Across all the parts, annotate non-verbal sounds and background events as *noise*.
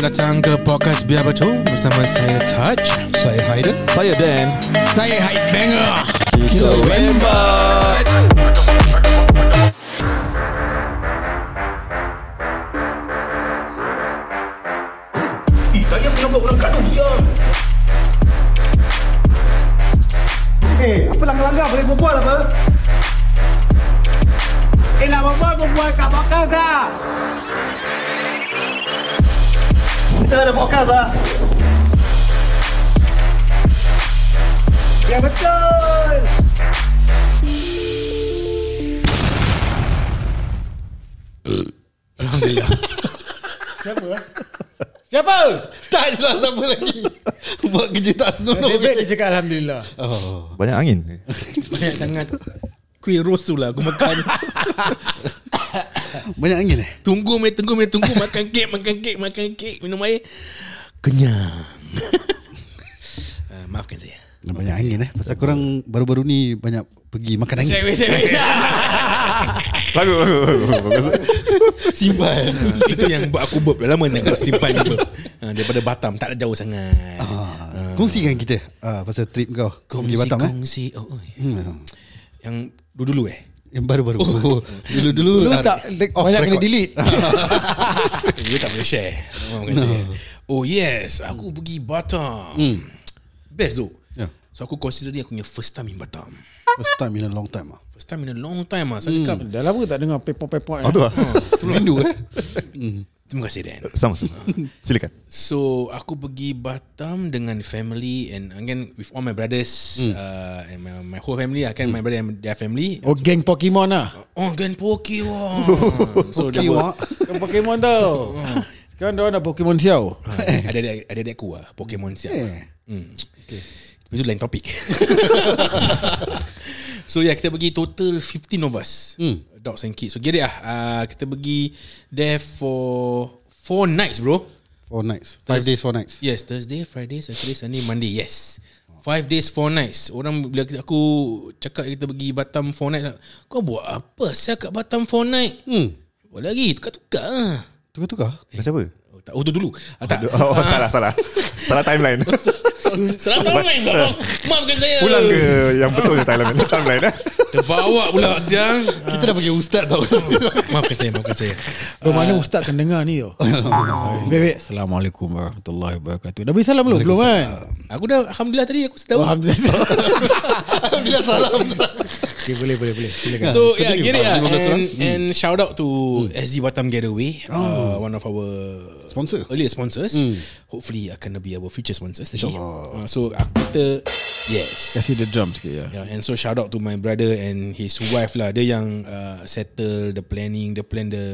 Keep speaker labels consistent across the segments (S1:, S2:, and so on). S1: datang ke podcast Biar Betul Bersama saya Touch
S2: Saya Haidar
S3: Saya Dan
S1: Saya Haid Banger
S3: Kita Wembat
S4: Eh, apa langgar-langgar boleh berbual apa? Eh, nak berbual, berbual kat podcast lah. Kita ada podcast lah. Ya, betul.
S5: Siapa? Tak jelas siapa lagi. Buat kerja tak senonoh.
S1: Lebih dia cakap Alhamdulillah
S2: Banyak angin
S1: Banyak sangat Kuih roast tu lah aku makan
S5: *coughs* Banyak angin eh?
S1: Tunggu meh tunggu meh tunggu Makan kek makan kek makan kek Minum air Kenyang Ah, Maafkan saya
S5: Banyak angin eh? Pasal korang baru-baru ni banyak pergi makan angin.
S1: Saya saya
S2: Lagu
S5: Simpan.
S1: Itu yang buat aku burp Dah lama nak aku simpan burp ha, Daripada Batam Tak jauh sangat
S5: Ah, kongsikan kita ah, pasal trip kau. Kau pergi Batam eh? Hmm.
S1: Kongsi oh, oh. Yang dulu-dulu
S5: *laughs*
S1: eh
S5: Yang baru-baru. Oh. Dulu-dulu.
S2: Dulu
S5: ah,
S2: tak
S5: off
S2: Banyak
S5: record.
S2: kena
S5: Ah,
S2: delete
S1: Dia tak boleh share Orang kata Oh yes Aku pergi Batam
S5: Hmm.
S1: Best tu
S5: Ya.
S1: So aku consider ni Aku punya first time in Batam
S5: First time in a long time ah.
S1: First time in a long time lah Saya
S5: Hmm.
S1: cakap
S6: Dah lama tak dengar pepot-pepot
S2: Oh tu lah
S5: Rindu eh?
S1: Terima kasih Dan
S2: Sama-sama Silakan
S1: So aku pergi Batam dengan family and again with all my brothers mm.
S5: Hmm.
S1: uh, and my, my whole family lah kan mm. my brother and their family.
S6: Oh geng Pokemon lah
S1: Oh, again
S5: *laughs*
S1: Pokemon. so dia buat
S5: Kiwa.
S6: Geng Pokemon tau *laughs* Sekarang dia orang dah Pokemon siau
S1: Ah, *laughs* ada ada ada adik aku lah Pokemon siap.
S5: Eh.
S1: Hmm. Okay. Itu lain topik. *laughs* so yeah, kita pergi total 15 of us. Hmm. Dogs and kids. So get it lah. Uh, kita pergi there for four nights bro.
S5: Four nights. Five days, four nights.
S1: Yes, Thursday, Friday, Saturday, Sunday, Monday. Yes. Five days, four nights. Orang bila kita- aku cakap kita pergi Batam four night, kau buat apa saya kat Batam four night?
S5: Hmm.
S1: Buat lagi, tukar-tukar lah.
S5: Tukar-tukar.
S2: Macam apa?
S1: Oh, tak, oh tu dulu. Ah, tak.
S2: Oh salah salah Salah timeline
S1: *laughs* Salah timeline bro. Maafkan saya.
S2: Pulang ke yang betul je timeline Timeline eh
S1: Terbawa pula siang.
S5: Kita dah panggil ustaz tau.
S1: Ha. Maafkan saya, maafkan saya.
S6: Bro Oh, mana ustaz akan dengar ni *laughs* tau Baik baik Assalamualaikum warahmatullahi wabarakatuh Dah beri salam belum? Belum kan?
S1: Aku dah alhamdulillah tadi aku
S6: Oh,
S1: sedap.
S6: Alhamdulillah
S5: Bila salam.
S6: Okay boleh boleh boleh Silakan
S1: So yeah, get it
S5: Ah,
S1: lah.
S5: lima belas
S1: And,
S5: orang.
S1: and shout out to SG Batam Getaway, uh, one of our
S5: Sponsor.
S1: earlier sponsors hopefully akan be our future sponsors lagi uh, so aku kita yes
S6: *laughs* Kasih the drum sikit ya
S1: yeah, and so shout out to my brother and his wife lah dia yang uh, settle the planning the plan the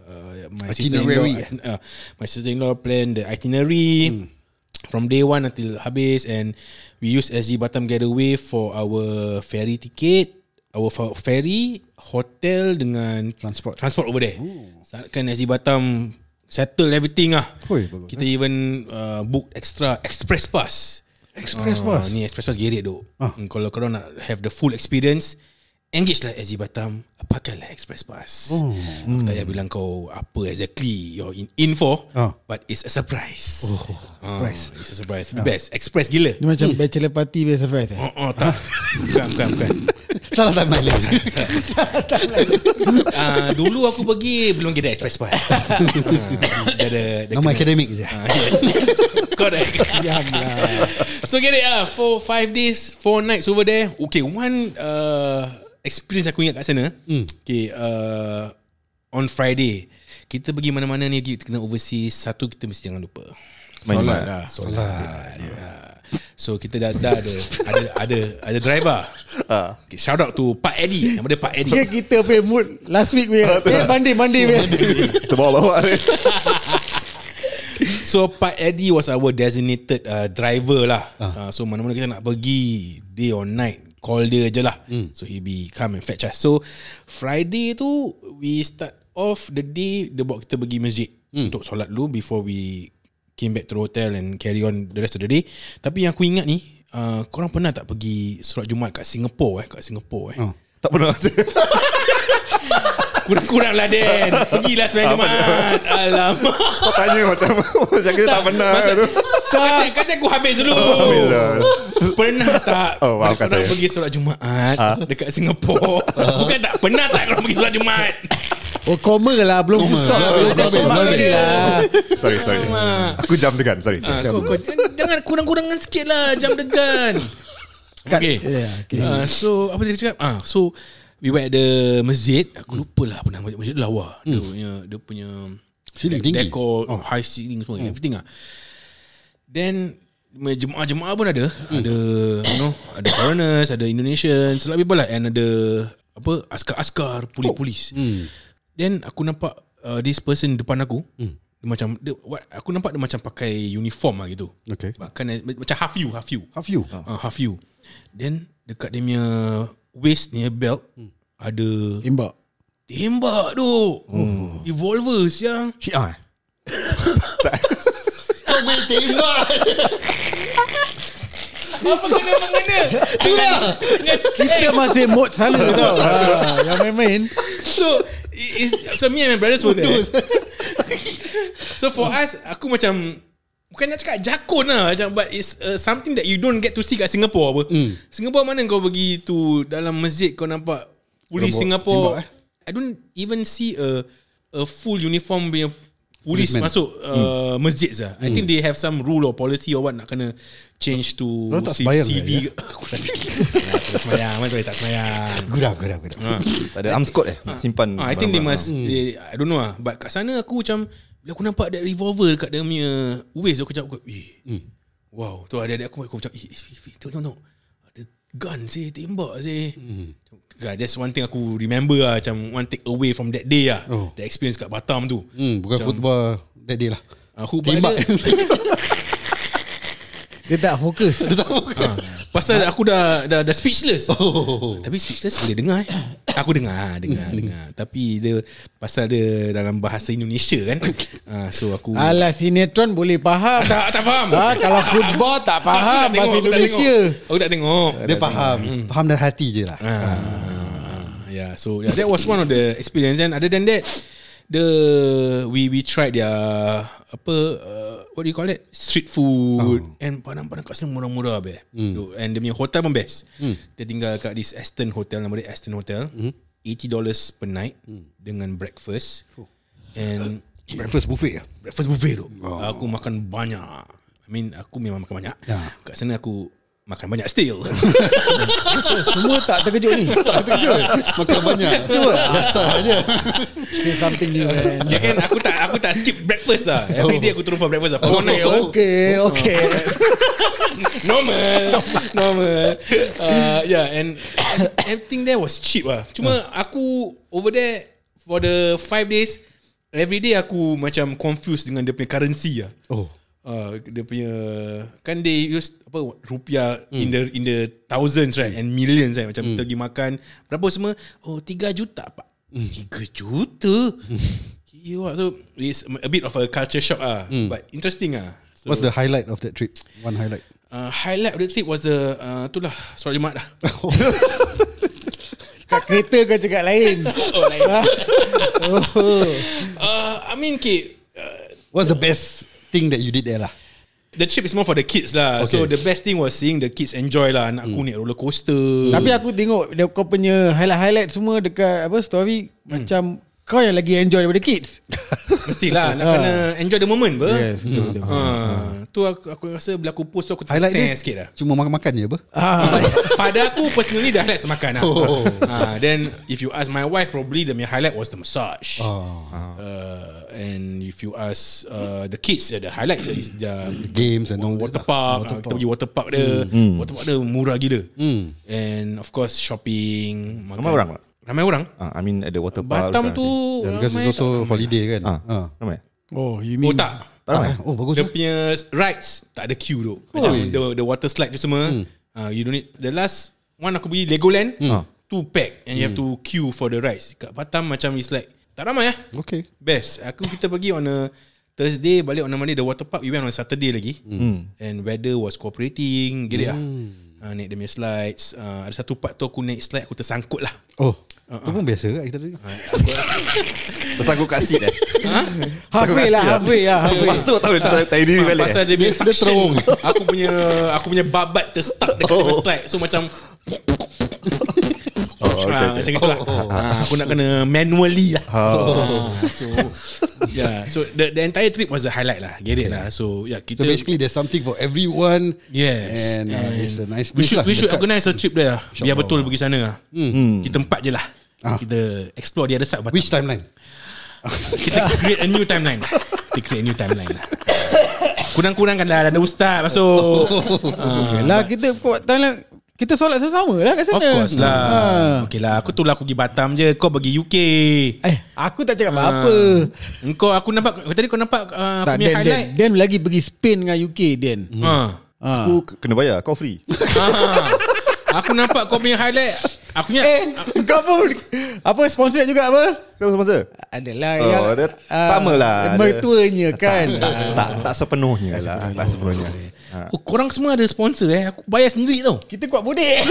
S1: uh, my sister-in-law
S5: Itinerary. eh? Hmm.
S1: uh, my sister-in-law plan the itinerary From day one until habis And we use SG Batam Getaway For our ferry ticket Our fa- ferry Hotel Dengan
S5: Transport.
S1: Transport over there Startkan SG Batam Settle everything lah
S5: Oi, bagus. eh.
S1: kita even uh, book extra express pass. Express
S5: Ah,
S1: pass. Oh, Ni express pass gerik dok. Ah. Kalau kau nak have the full experience, engage lah SG Batam, pakailah express pass. Oh. Aku tak payah bilang kau apa exactly you're in, in for,
S5: Ah.
S1: but it's a surprise. Oh,
S5: surprise. Ah.
S1: it's a surprise. The best. Express gila.
S6: Dia macam bachelor party Best surprise eh
S1: Oh, oh tak. bukan, bukan, bukan.
S5: Ah. *laughs* Salah timeline lagi. *laughs*
S1: Uh, dulu aku pergi belum ada express pass. Ah, dia ada dia
S5: Nama
S1: kena-
S5: akademik je.
S1: Ah, *laughs* yes. lah. Correct. *laughs* so get it ah, for five days, four nights over there. Okay, one uh, experience aku ingat kat sana. Mm. Okay, uh, on Friday kita pergi mana-mana ni kita kena overseas satu kita mesti jangan lupa.
S2: Solat
S1: Solat. Ah. So kita dah, dah ada ada ada ada driver. Okay, shout out to Pak Eddie. Nama dia Pak
S6: *laughs*
S1: Eddie.
S6: Dia kita pay mood Last week *laughs* punya Eh banding banding punya
S2: Terbawa-bawa ni
S1: So Pak Eddie was our designated uh, driver lah.
S2: Ah.
S1: Uh. Uh, so mana-mana kita nak pergi day or night call dia je lah. Mm.
S2: Hmm.
S1: So he be come and fetch us. So Friday tu we start off the day dia bawa kita pergi masjid mm.
S2: Hmm.
S1: untuk solat dulu before we came back to the hotel and carry on the rest of the day. Tapi yang aku ingat ni uh, korang pernah tak
S2: Ah.
S1: pergi solat Jumaat kat Singapore eh kat Singapore eh.
S5: Oh.
S2: Tak pernah
S1: Kurang-kurang lah
S2: *laughs*
S1: Dan Pergilah semalam
S2: Ah,
S1: Jumaat Alamak
S2: Kau tanya macam Macam kita tak pernah
S1: masa,
S2: tu
S1: Kasih, kasih aku habis dulu
S2: Habis lah.
S1: Pernah tak
S2: Oh,
S1: Korang
S2: maafkan saya. Ha.
S1: pergi solat Jumaat Dekat *laughs* Singapura Bukan tak Pernah tak korang pergi solat Jumaat
S6: Oh koma lah Belum full stop
S1: Belum full
S6: Belum
S1: stop.
S6: Sorry lah
S2: Sorry sorry
S1: Alamak.
S2: Aku jam degan Sorry
S1: Ah, kau, kau, jangan- Jangan kurang-kurangan sikit lah Jam degan Okay,
S6: yeah, okay.
S1: Uh, So Apa dia cakap Ah, So We were at the masjid Aku lupa lah apa nama masjid tu lawa Dia punya Dia punya
S5: Ceiling
S1: de-
S5: tinggi.
S1: Decor oh. High ceiling semua Everything lah Then me- Jemaah-jemaah pun ada Ada You know Ada foreigners Ada Indonesians A lot of people lah And ada Apa Askar-askar Polis-polis Then aku nampak uh, This person depan aku Dia macam dia, what, Aku nampak dia macam pakai Uniform lah gitu
S5: Okay.
S1: Makan, Macam half you Half you
S5: Half you
S1: uh, half you. Then dekat dia punya waist ni belt hmm. ada
S6: Imbak
S1: tembak tu. Oh. Revolver siang.
S5: Syiah Kau main tembak
S1: Apa kena mengena? Itulah.
S6: Kita masih mood *laughs* sana tau ha, Yang main-main
S1: so it is so me and my brothers were there. so for us aku macam Bukan nak cakap jakun lah macam, But it's uh, something that you don't get to see kat Singapore apa mm.
S5: Hmm.
S1: Singapore mana kau pergi tu Dalam masjid kau nampak Polis Singapore
S5: eh?
S1: I don't even see a A full uniform punya Polis
S5: Policeman. Hmm.
S1: masuk uh, masjid lah I think they have some rule or policy or what Nak kena change to
S5: Dorang tak
S1: C-
S5: sembahyang
S1: CV
S5: lah,
S1: ke- *laughs* Aku tak tak semayang Mana boleh tak semayang
S5: *laughs* Gurau gurau gurau
S1: lah.
S2: Tak ada Amskot eh Simpan
S1: Ah, I think they must
S5: Hmm.
S1: they, I don't know lah But kat sana aku macam Bila aku nampak that revolver Dekat dia punya waist Aku macam Eh
S5: Hmm.
S1: Wow Tu adik-adik aku Aku macam Eh eh, eh, eh, Tengok tengok Ada gun sih Tembak sih
S5: Hmm.
S1: God, That's one thing aku remember lah Macam one take away from that day lah
S5: Oh.
S1: That experience kat Batam tu
S5: Hmm, bukan
S1: Macam-
S5: football that day lah.
S1: Aku
S5: Tembak. *laughs*
S6: Dia tak fokus
S1: *laughs* Pasal aku dah dah, dah speechless
S5: Oh. Hmm.
S1: Tapi speechless boleh dengar eh. Aku dengar Dengar dengar Tapi dia Pasal dia dalam bahasa Indonesia
S5: *laughs*
S1: kan Ah, So aku
S6: Alah sinetron boleh faham
S1: *laughs* Tak tak faham.
S6: ha, Kalau football tak
S1: Aku tak
S6: faham Bahasa
S1: tengok, aku tak
S6: Indonesia
S1: tengok. Aku tak tengok.
S5: Dia faham. Faham dari hati je lah.
S1: Ah, yeah, so yeah, that was one of the experience. And other than that, the we we tried their apa uh, what do you call it street food oh. and padang-padang kat sini murah-murah be.
S6: Hmm.
S1: Mm. And dia punya hotel pun best. Mm. Kita tinggal kat this Aston Hotel nama dia Aston Hotel.
S6: Hmm.
S1: Mm. $80 per night mm. dengan breakfast. And
S5: Breakfast buffet lah.
S1: breakfast buffet tu. Oh. Aku makan banyak. I mean aku memang makan banyak. Ya. Kat sana aku makan banyak still. *laughs*
S6: Semua tak terkejut ni
S5: Tak terkejut. Makan banyak. Dasar je.
S6: Say something new man
S1: ya kan aku tak aku tak skip breakfast lah. Every day aku turun for breakfast lah. For one night oh.
S6: Okay Okay
S1: normal *laughs* normal. Uh, yeah and *coughs* everything there was cheap lah. Cuma aku over there for the five days every day aku macam confused dengan dia punya currency lah.
S5: Oh.
S1: uh, dia punya kan they use apa rupiah mm. in the in the thousands right and millions right macam mm. pergi makan berapa semua oh 3 juta pak mm. 3 juta Gila, so it's a bit of a culture shock ah mm. but interesting ah so,
S5: What's the highlight of that trip? One highlight.
S1: uh, highlight of the trip was the uh, tu lah solat jumaat lah
S6: Kat kereta kau cakap
S1: *laughs*
S6: lain
S1: oh, lain. uh, I mean okay uh,
S5: What's the best thing that you did there lah?
S1: The trip is more for the kids lah okay. So the best thing was Seeing the kids enjoy lah Anak aku naik roller coaster
S6: Tapi aku tengok dia- Kau punya highlight-highlight semua Dekat apa
S1: Hmm.
S6: story Macam Kau yang lagi enjoy daripada
S1: *laughs*
S6: kids
S1: Mestilah Nak kena enjoy the moment ber.
S6: Yes, betul,
S1: betul, ha. Tu aku, aku rasa Bila aku post tu Aku
S5: Highlight
S1: terseng
S5: dia
S1: sikit lah
S5: Cuma makan-makan je apa?
S1: Ah, *laughs* pada aku personally the highlight semakan lah. Oh. Ah, then if you ask my wife probably the main highlight was the massage.
S5: Oh.
S1: Uh, and if you ask uh, the kids uh, the highlight is the
S5: Games and all
S1: water
S5: that.
S1: park water kita pergi water park dia mm. water park dia murah gila and of course shopping makan.
S2: Ramai orang tak?
S1: ramai orang
S2: Ah, I mean ada water park
S1: Batam
S2: dekat-
S1: tu
S5: Yeah, because
S1: ramai
S5: it's
S1: tak?
S5: also holiday kan.
S2: Ah,
S5: Ah.
S2: Ramai
S6: Oh you
S1: oh tak
S2: Tak ramai
S5: Ah, Oh bagus.
S1: Dia
S5: eh.
S1: punya rides tak ada queue tu. Macam
S5: Oi.
S1: the, the water slide tu semua. Hmm. Uh, you don't need the last one aku pergi Legoland. Hmm. Two pack and you have to queue for the rides. Kat Batam macam it's like tak ramai lah.
S5: Okay.
S1: Best. Aku kita pergi on a Thursday balik on a Monday the water park we went on Saturday lagi. Hmm. And weather was cooperating. Get it lah. Ha, uh, naik dia punya slides. Uh, ada satu part tu aku naik slide aku tersangkut lah.
S5: Oh Itu pun biasa kat kita tadi
S2: Tersangkut kat seat eh
S1: Ha?
S6: Halfway lah Halfway lah halfway.
S2: Masuk tahu dia tak- tak diri balik
S1: Ah, Pasal
S2: eh.
S1: dia punya suction Aku punya Aku punya babat terstuck Dekat oh. strike So macam
S2: Oh, okay,
S1: ha,
S2: okay.
S1: Macam itulah ha, Aku nak kena manually lah
S2: Oh.
S1: ha, So Yeah, so the, the entire trip was a highlight lah. Get it lah. So yeah, kita
S5: So basically there's something for everyone
S1: yes,
S5: And, uh, it's a nice
S1: we
S5: place
S1: should
S5: lah,
S1: we should
S5: dekat. Hmm.
S1: organize a trip there. lah. Biar betul pergi sana. lah. Kita empat je lah.
S5: Ah.
S1: Kita explore the other side of Batam.
S5: Which timeline?
S1: Kita *laughs* create a new timeline lah. Kita create a new timeline lah. Kurang-kurangkan lah Ada ustaz
S5: *laughs*
S1: masuk *laughs* Ah.
S6: Yelah Lah, kita buat timeline Kita solat sama-sama lah kat sana
S1: Of course lah
S6: Ah.
S1: Okay lah Aku tu lah aku pergi Batam je Kau pergi UK
S6: Eh aku tak cakap apa-apa
S1: Engkau aku nampak Tadi kau nampak uh, Ah.
S6: Tak
S1: Aku punya
S6: Dan, Dan,
S1: highlight
S6: Dan lagi pergi Spain dengan UK Dan
S1: ha.
S6: Ah.
S2: Aku k- kena bayar Kau free
S1: Ah. Aku nampak kau punya highlight Aku punya
S6: Eh kau pun Apa sponsored juga apa
S2: Siapa sponsor?
S6: Adalah
S2: Oh,
S6: yang
S2: dia
S6: ah,
S2: sama lah. Dia-
S6: Mertuanya kan
S2: Tak, tak, tak sepenuhnya lah Tak sepenuhnya Ha.
S1: Oh, korang semua ada sponsor eh Aku bayar sendiri tau
S6: Kita kuat bodek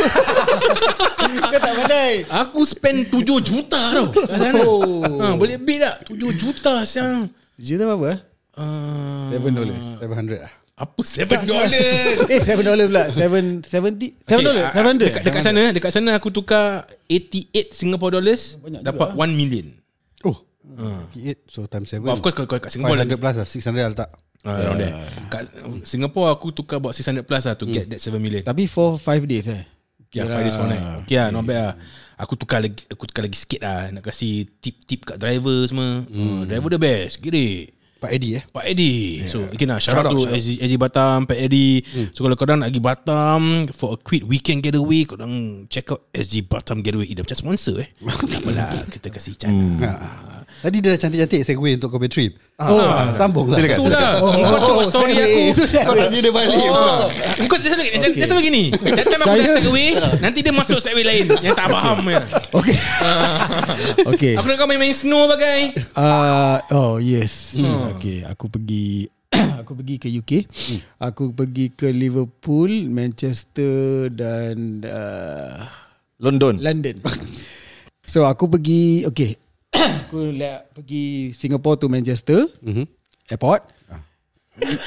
S6: Kau tak pandai
S1: Aku spend 7 juta tau kat sana.
S6: Oh.
S1: ha, Boleh bid tak 7 juta siang
S6: Juta berapa?
S1: uh,
S5: Ah. Seven dollars Seven hundred lah
S1: Apa 7 dollars
S6: Eh 7 dollar pula 7 70 7
S1: Okay,
S6: dollar
S1: ah,
S6: 700
S1: dekat, dekat sana dekat sana aku tukar 88 Singapore dollars dapat 1 million.
S5: Oh P8 So times seven
S1: Ah. Well, of course kalau kalau kat Singapore
S5: 500
S1: lagi.
S5: plus lah 600 lah letak
S1: Ah, around there. Kat Singapore aku tukar about 600 plus lah to get that 7 million.
S6: Tapi for 5 days eh
S1: Yeah, five days four night. Okay lah, not bad lah. Aku tukar lagi aku tukar lagi sikit lah nak kasi tip-tip kat driver semua. Hmm. driver the best. Gede.
S5: Pak Eddie eh
S1: Pak Eddie So okay nah Shout, out Hmm. to Eddie, Eddie Batam Pak Eddie So kalau korang nak pergi Batam For a quick weekend getaway Korang check out SG Batam Getaway Eh, Dia macam sponsor eh Tak apalah Kita kasih chance Ah.
S5: Tadi dia dah cantik-cantik segue untuk kau punya trip. Oh, sambung lah.
S2: Silakan,
S1: Tu lah
S2: silakan.
S1: Kau tengok story aku
S6: *laughs*
S5: Kau tanya dia balik.
S1: Oh. Kau dia sama, okay. dia sama gini That time aku dah
S6: Saya-
S1: segway Nanti dia masuk segway lain Yang tak faham ya.
S6: Okay Okay
S1: Aku nak kau main-main snow bagai *laughs*
S6: uh, Oh yes Okay Aku pergi *coughs* Aku pergi ke UK Aku pergi ke Liverpool Manchester Dan uh,
S2: London
S6: London So aku pergi Okay *coughs* Aku la- pergi Singapore to Manchester Airport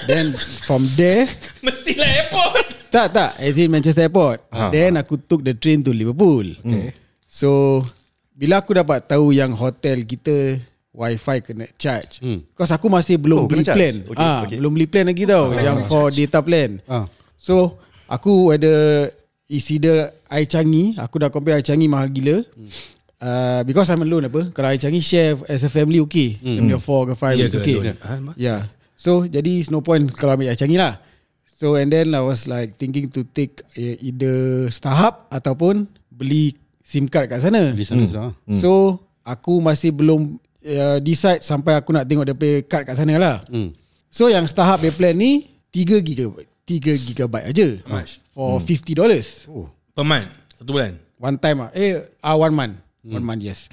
S6: Then from there
S1: Mestilah airport
S6: Tak tak As in Manchester Airport
S2: Ha,
S6: Then aku took the train to Liverpool
S2: Hmm.
S6: okay. So Bila aku dapat tahu yang hotel kita Wi-Fi kena charge Because aku masih
S2: Hmm.
S6: belum
S2: Oh,
S6: oh,
S2: kena
S6: beli
S2: charge.
S6: plan
S2: Okay,
S6: ah,
S2: okay.
S6: Belum beli plan lagi tau Yang for data plan
S5: Ah.
S6: So Aku ada Isi dia Air Changi Aku dah compare Air Changi mahal gila
S2: Hmm.
S6: uh, Because I'm alone apa Kalau Air Changi share As a family okay
S2: Hmm.
S6: mm. Dia 4 ke 5
S1: Ya
S6: yeah,
S1: ke,
S6: okay
S1: alone? Ah,
S6: Yeah. yeah Ya. So jadi it's no point Kalau ambil Air Changi lah So and then I was like Thinking to take eh, Either Starhub Ataupun Beli SIM card kat sana Hmm.
S5: Di sana sana.
S6: So Aku masih belum uh, Decide Sampai aku nak tengok Dia punya card kat sana lah
S5: Hmm.
S6: So yang Starhub dia plan ni 3 gigabyte 3 gigabyte aja.
S1: much?
S6: For $50 dollars.
S5: Oh.
S1: Per month Satu bulan
S6: One time ah. Eh ah one month.
S1: Hmm.
S6: One month yes.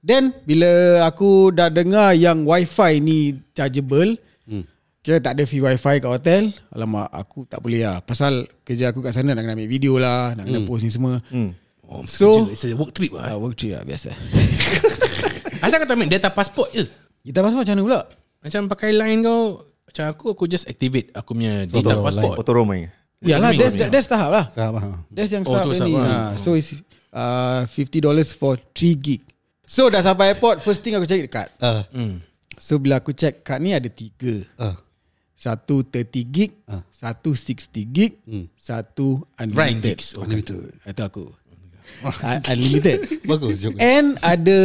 S6: Then bila aku dah dengar yang wifi ni chargeable
S1: Hmm.
S6: Kira tak ada free wifi kat hotel Alamak aku tak boleh lah Pasal kerja aku kat sana nak kena ambil video lah Nak kena
S1: Hmm.
S6: post ni semua
S2: Hmm.
S1: oh,
S6: So-
S1: It's a work trip
S6: Ah,
S1: lah
S6: Work trip lah *laughs* biasa
S1: Asal kau tak ambil data passport je
S6: Kita pasal macam mana pula?
S1: Macam pakai line kau Macam aku Aku just activate Aku punya data passport
S2: Auto roaming
S6: Yalah that's, that's tahap Ya lah
S5: Sahab ah.
S6: That's yang
S1: Oh, tu
S6: oh, sub ni.
S1: sub, ah.
S6: Ha, so it's uh, $50 for 3 gig. So dah sampai airport, first thing aku check card.
S5: Ah.
S1: hmm.
S6: So bila aku check card ni ada 3.
S5: Ah.
S6: Satu 30 gig,
S5: Ah. Hmm.
S6: satu 60 gig, satu
S1: Right
S6: unlimited.
S1: gigs
S5: Mana betul?
S6: Itu aku. Un- unlimited. *laughs*
S5: Bagus joke.
S6: And ada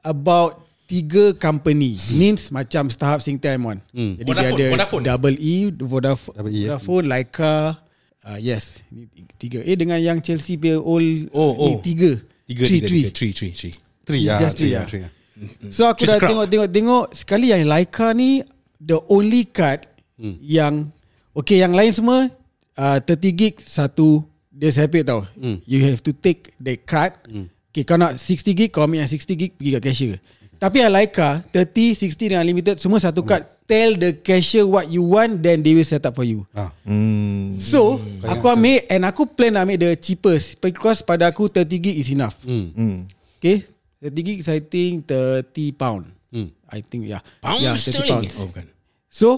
S6: about tiga company
S5: Hmm.
S6: means macam Starhub Singtel I'm on. Hmm. Jadi
S1: Vodafone,
S6: dia ada
S1: Vodafone.
S6: Double E, Vodafone,
S5: Double
S6: double
S5: E,
S6: e,
S5: eh.
S6: Vodafone, Leica. Uh, yes, ni tiga. Eh dengan yang Chelsea punya old
S1: Oh,
S6: ni
S1: oh.
S6: tiga.
S1: Tiga,
S6: Three,
S1: tiga,
S6: three.
S1: tiga, three, three, three.
S5: Three ah.
S6: Just
S5: Three
S6: three
S5: ah.
S6: ah.
S5: Three ah.
S6: So aku
S1: Choose
S6: dah
S1: crowd.
S6: tengok-tengok-tengok sekali yang Leica ni the only card hmm. yang okay yang lain semua uh, 30 gig satu dia separate tau. Hmm. You have to take the card. Hmm. Okay kau nak 60 gig kau ambil yang 60 gig pergi kat cashier. Tapi yang Leica 30, 60 dengan limited semua satu card tell the cashier what you want then they will set up for you.
S5: Ah.
S2: Hmm.
S6: So aku ambil and aku plan nak ambil the cheapest because pada aku 30 gig is enough.
S5: Hmm.
S2: Hmm.
S6: Okay 30 gig I think 30 pound.
S5: Hmm.
S6: I think yeah.
S1: Pound
S6: yeah, 30
S1: sterling.
S6: pounds.
S1: Oh bukan.
S6: So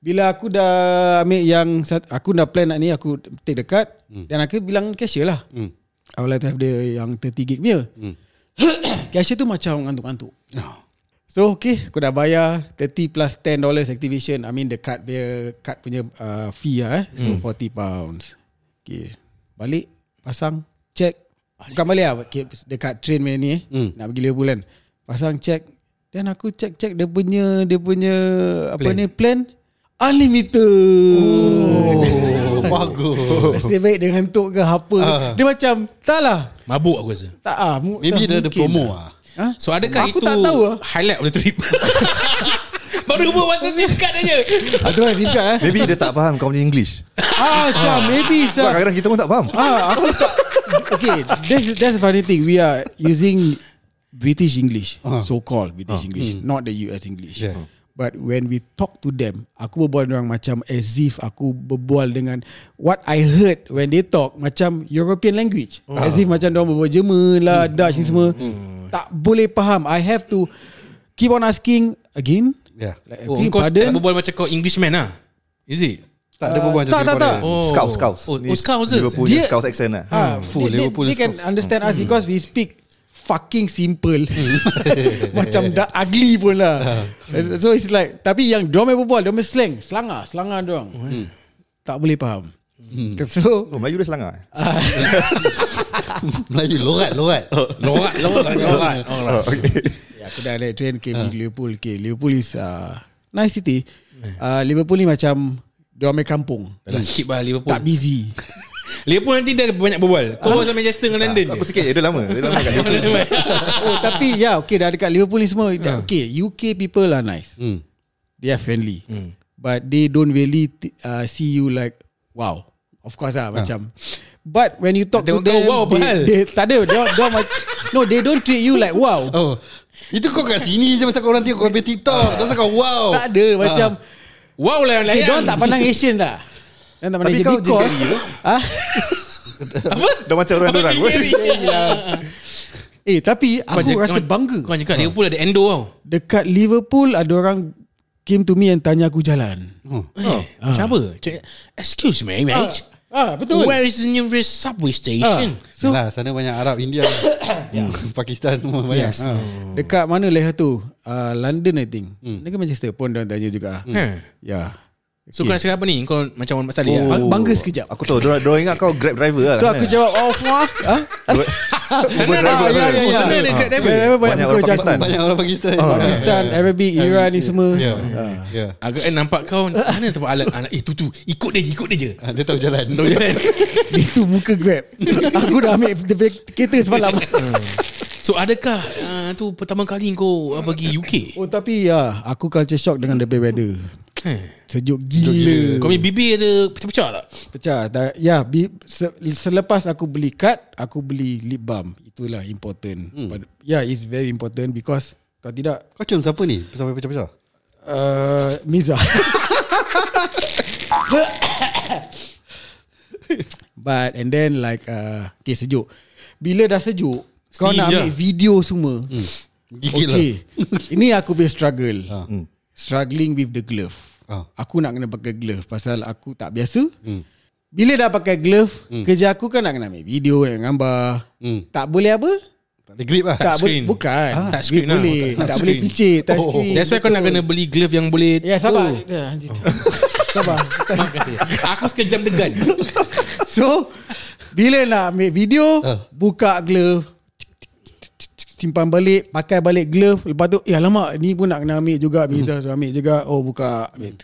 S6: bila aku dah ambil yang sat- aku dah plan nak ni aku take the card hmm. dan aku bilang cashier lah. Hmm. I would like to have the yang 30 gig punya. Hmm. *coughs* cashier tu macam ngantuk-ngantuk. So okay Aku dah bayar 30 plus 10 dollars activation I mean the card punya Card punya uh, fee lah eh. So mm. 40 pounds Okay Balik Pasang Check Bukan balik lah okay, Dekat train punya ni eh. mm. Nak pergi Liverpool kan Pasang check Then aku check check Dia punya Dia punya Apa ni plan Unlimited *laughs* Oh
S5: Bagus.
S6: Nasib baik dia ngantuk ke apa
S5: Ah.
S6: Dia macam Tak lah
S1: Mabuk aku rasa.
S6: Tak ah, mu-
S5: Maybe
S6: tak
S5: dia ada
S6: mungkin
S5: promo ah.
S6: lah. Ha?
S1: So adakah
S6: Aku
S1: itu
S6: tak tahu
S1: *laughs*
S6: lah
S1: highlight of the
S6: *laughs*
S1: trip? Baru buat masa SIM card aja.
S6: Aduh lah simpan eh
S2: Maybe dia tak faham kau punya English.
S6: Ah, Syam, maybe
S2: Sebab
S6: Syam.
S2: kadang-kadang kita pun tak faham.
S6: Ah, aku tak. Okay, that's that's the funny thing. We are using British English,
S5: Ah. Hmm.
S6: so called British English, not the US English.
S5: Yeah.
S6: But when we talk to them, aku berbual dengan macam as if aku berbual dengan what I heard when they talk macam European language.
S5: Ah.
S6: As if macam dia berbual Jerman lah,
S5: Hmm.
S6: Dutch ni semua. Tak boleh faham. I have to keep on asking again.
S5: Yeah.
S6: Like,
S1: Oh,
S6: okay,
S1: kau tak
S6: pardon.
S1: berbual macam kau Englishman lah. Is it?
S5: Tak
S1: Ah.
S5: ada berbual macam
S6: tak, tak, tak.
S1: Oh.
S2: Scouse, scouse.
S1: Oh,
S2: Ni
S1: oh, scouse. *laughs*
S2: Liverpool
S6: Dia-
S2: punya scouse accent lah.
S6: Ah,
S5: Full
S6: they,
S5: Liverpool
S6: they, they can
S5: scope.
S6: understand us because we speak fucking simple. *laughs* Macam dah ugly pun lah. so it's like tapi yang dorang main berbual, dorang main slang, selanga, selanga dorang. Tak boleh faham. *laughs* So
S2: Oh, Melayu dia selangor. eh?
S5: Melayu lorat, lorat.
S2: Oh.
S1: Lorak,
S2: *laughs*
S1: lorak, lorak. lorak.
S6: yeah, ya, aku dah naik train ke pergi Liverpool. Okay, Liverpool is uh, nice city. Uh, Liverpool ni macam dorang main kampung.
S1: Dah skip lah Liverpool.
S6: Tak busy.
S1: Liverpool nanti dia banyak berbual. Kau berbual sama Manchester dengan London
S2: Aku
S1: je.
S2: Ah. sikit je dia lama. Dia lama kat Liverpool.
S1: *laughs*
S6: oh tapi ya yeah, okay dah dekat Liverpool ni semua.
S1: Ah.
S6: dah Okay, UK people are nice.
S5: Hmm.
S6: they are friendly
S1: Hmm.
S6: but they don't really t- uh, see you like wow of course lah macam but when you talk
S1: Ah. They
S6: to
S1: will go,
S6: them
S1: "Wow, apa hal?"
S6: they, they, tak ada dia, dia mac- no they don't treat you like
S1: *laughs*
S6: wow
S5: Oh. Itu kau kat sini je masa kau orang tengok kau punya TikTok. Tak usah kau wow.
S1: Ah.
S6: tak ada macam
S1: Wow lah yang
S6: okay, dia
S1: layan.
S6: tak pandang Asian lah dia tak pandang
S2: Tapi kau
S6: Asian
S2: ya.
S6: because
S1: ya.
S2: jengkari ke?
S6: ah
S2: Dah macam orang-orang pun.
S6: eh tapi
S1: Kau
S6: aku
S1: je-
S6: rasa
S1: kau-
S6: bangga Ah.
S1: Kau cakap Liverpool ada endo tau.
S6: dekat Liverpool ada orang came to me and tanya aku jalan
S1: Eh, Macam apa? Cakap, Excuse me, mate.
S6: ah betul
S1: Where is the nearest subway station?
S6: so
S5: So, lah, sana banyak Arab, *coughs* India, Hmm, Pakistan semua banyak.
S6: Yes.
S5: Yes. Ha.
S6: Dekat mana leher tu? Uh, London I think. Ah. Hmm. Dekat Manchester pun dia tanya juga. Hmm.
S1: Ha.
S6: Ya. Yeah.
S1: So kau nak cakap apa ni? Kau macam orang Pakistani lah?
S6: Bang- bangga sekejap.
S2: Aku tahu dia dia ingat kau Grab driver lah.
S6: Tu aku jawab off *laughs* mah. Ha?
S2: Uber driver. kan?
S6: ya, ya,
S1: Oh,
S6: ya.
S1: sana ada Grab driver.
S2: Banyak
S6: Banyak, banyak betul
S2: orang
S6: macam
S2: Pakistan.
S5: Banyak orang Pakistan.
S6: Pakistan, Arabic, Iran ni semua.
S5: Ya. Ya.
S1: Agak eh, nampak kau Mana tempat alat anak Eh tu tu Ikut dia je Ikut dia je
S5: Ah, Dia tahu jalan.
S1: Tahu jalan
S6: *laughs* Itu muka Grab. *laughs* aku dah ambil the back- kereta *laughs* semalam.
S1: So adakah uh, tu pertama kali kau uh, pergi UK
S6: oh tapi ya, aku culture shock dengan the bad weather.
S1: Eh,
S6: Sejuk
S5: gila.
S6: gila.
S1: Kau punya bibir ada pecah-pecah tak?
S6: Pecah. Dah, ya, bi, se, selepas aku beli kad, aku beli lip balm. Itulah important. Hmm. But, yeah, it's very important because kalau tidak
S5: Kau cium siapa ni? Sampai pecah-pecah.
S6: uh, Miza. But and then like uh, okay sejuk. Bila dah sejuk, kau
S1: Steam
S6: nak
S1: je. lah.
S6: ambil video semua. Hmm.
S5: Gigit
S6: okay. Ini aku punya struggle.
S5: Ha.
S6: Struggling with the glove.
S1: Ha.
S5: Ah.
S6: Aku nak kena pakai glove pasal aku tak biasa. Hmm. Bila dah pakai glove, hmm. kerja aku kan nak kena ambil video, nak gambar.
S5: Hmm.
S6: Tak boleh apa?
S5: Tak ada grip lah.
S6: tak
S1: screen.
S6: boleh bukan.
S1: Ah, touch screen lah.
S6: boleh.
S1: Touch
S6: tak boleh
S1: screen.
S6: picit, touch
S5: Oh, oh.
S6: screen.
S1: That's why kau nak
S6: Betul.
S1: kena beli glove yang boleh
S6: Ya sabar
S1: tu.
S6: Ya, anjing. *laughs* Sabar
S1: Terima kasih Aku sekejam degan
S6: So Bila nak ambil video
S5: Ah.
S6: Buka glove Simpan balik Pakai balik glove Lepas tu Eh alamak Ni pun nak kena ambil juga Mirza suruh ambil juga Oh buka Ambil.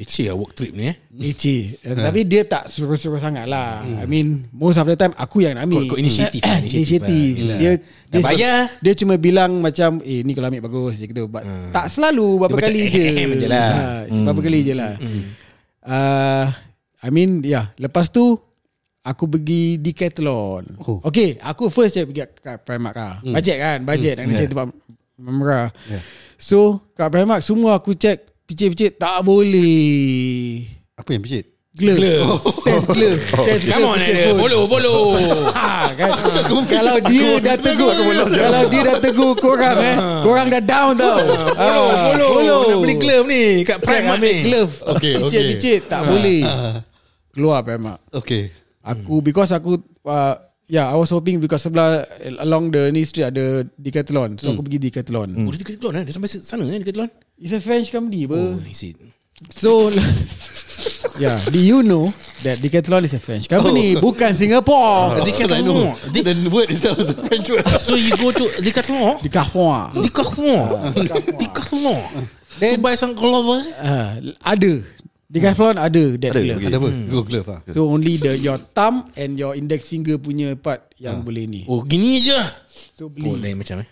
S1: Leceh lah work trip ni eh
S6: Leceh Eh, Tapi dia tak suruh-suruh sangat lah I mean Most of the time Aku yang nak ambil
S1: Kau- kau Hmm. inisiatif
S6: *coughs*
S1: lah, inisiatif
S6: Inisiatif
S1: lah.
S6: Dia
S1: Dah
S6: dia-
S1: bayar.
S6: Dia cuma bilang macam Eh ni kalau ambil bagus je gitu But Tak selalu
S1: Hmm.
S6: Berapa
S1: Dia macam,
S6: kali
S1: "Eh,
S6: je
S1: eh, eh," je lah. Hmm.
S6: ha, Berapa kali je lah Ah, I mean yeah. Lepas tu Aku pergi Decathlon
S5: Oh.
S6: Okay Aku first je pergi Kat Primark lah
S1: Hmm.
S6: Bajet kan Bajet Nak kena cari tempat Murah So kat Primark Semua aku check Picit-picit tak boleh.
S5: Apa yang picit?
S6: Glove. glove. *laughs* Test glove.
S5: Oh.
S6: Test
S1: Oh. Come on,
S6: picit
S1: Adam.
S6: phone.
S1: Follow, follow.
S6: Ah,
S1: *laughs*
S6: kan? Kalau dia dah tegur Kalau dia dah tegur Korang eh Korang dah down
S1: Ah.
S6: tau
S1: *laughs* Follow,
S6: Ah,
S1: follow. Nak beli glove ni kat
S6: Check
S1: Primark
S6: ambil
S1: ni. *laughs* Ah.
S6: glove
S5: Okey, okey.
S6: Picit-picit Tak boleh Keluar Primark
S5: Okay.
S1: Hmm.
S6: Aku Because aku uh, Yeah I was hoping Because sebelah Along the ni street Ada
S1: Hmm.
S6: Decathlon So aku pergi Decathlon
S5: Hmm.
S1: Oh, dia Decathlon eh? Dia sampai sana eh Decathlon?
S6: It's a French company apa
S1: Oh, is
S5: *laughs*
S1: it?
S6: So Yeah Do you know That Decathlon is a French company Bukan Singapore
S1: Decathlon.
S5: I know. The word itself is a French word.
S1: *laughs* So you go to Decathlon?
S6: Decathlon
S1: *laughs* Decathlon. *laughs* Decathlon. To
S6: Then
S1: buy some glove eh?
S6: uh, Ada Decathlon ada That
S2: Ada,
S6: glove
S2: okay.
S5: Ada apa? Go glove lah.
S6: So only the your thumb And your index finger punya part Yang boleh ni
S1: Oh, gini je. Oh,
S6: So beli *laughs*
S1: lain *laughs* macam eh.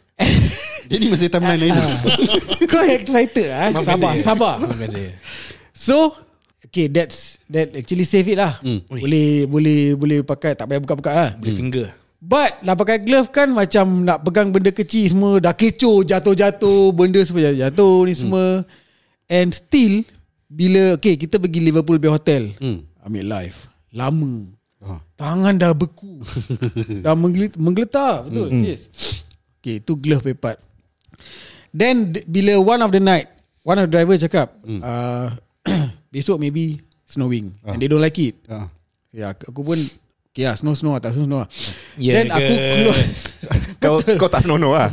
S5: Dia ni masih timeline lain. tu.
S6: Kau excited ah?
S1: Maaf,
S6: Sabar
S1: kasih.
S6: Sabar
S1: Terima kasih.
S6: So Okay that's That actually save it lah
S5: Hmm.
S6: Boleh Boleh boleh pakai Tak payah buka-buka lah
S1: Boleh finger.
S6: But nak pakai glove kan macam nak pegang benda kecil semua dah kecoh jatuh-jatuh benda semua jatuh-jatuh ni semua. And still bila okay kita pergi Liverpool Bay Hotel.
S5: Hmm.
S6: Ambil live. Lama. Tangan dah beku. dah menggel- menggeletar betul serious. Okay tu glove punya part. Then d- bila one of the night one of the driver cakap uh, *clears throat* besok maybe snowing and they don't like it.
S5: Ah.
S6: Ya, aku aku pun Okay lah, snow-snow lah, tak snow-snow lah.
S1: Ya
S6: Then aku
S1: ke? *laughs*
S6: keluar.
S2: Kau kau tak senonoh lah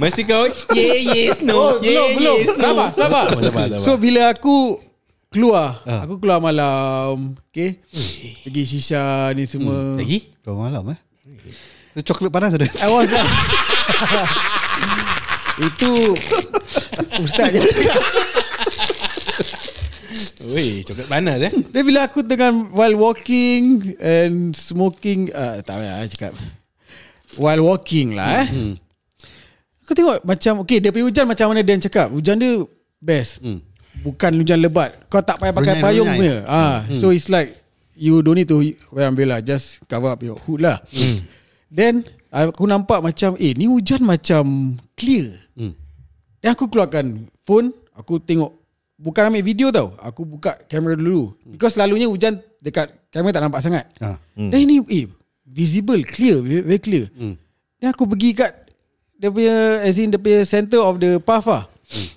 S1: Mesti kau eh? *laughs* Yeah yes
S6: Oh,
S1: no
S6: belum,
S1: Yeah
S6: belum.
S1: yes no
S6: Sabar, sabar.
S1: Sabar, sabar, sabar. Ah.
S6: So, bila aku keluar, aku keluar malam, okay?
S1: Hmm.
S6: Pergi shisha ni semua.
S1: Lagi
S5: Kau malam eh. So coklat panas ada.
S6: I was...
S5: *laughs*
S6: Itu Ustaz je
S1: Weh coklat panas eh
S6: Dia bila aku tengah while walking and smoking, uh, tak payah lah cakap. While walking lah eh. Mm-hmm. Aku tengok macam, okay dia punya hujan macam mana Dan cakap. Hujan dia best. Mm. Bukan hujan lebat. Kau tak payah pakai
S5: Renyai,
S6: payung
S5: renyai.
S6: punya. Ah, mm. So it's like, you don't need to wear umbrella. Just cover up your hood lah. Mm. Then, aku nampak macam, eh ni hujan macam clear.
S5: Hmm.
S6: Dan aku keluarkan phone, aku tengok bukan ambil video tau. Aku buka kamera dulu. Because selalunya hujan dekat kamera tak nampak sangat.
S5: Ah.
S6: Dan ini eh visible, clear, very very clear.
S5: Hmm.
S6: Dan aku pergi kat dia punya as in dia punya center of the path lah.
S5: Hmm.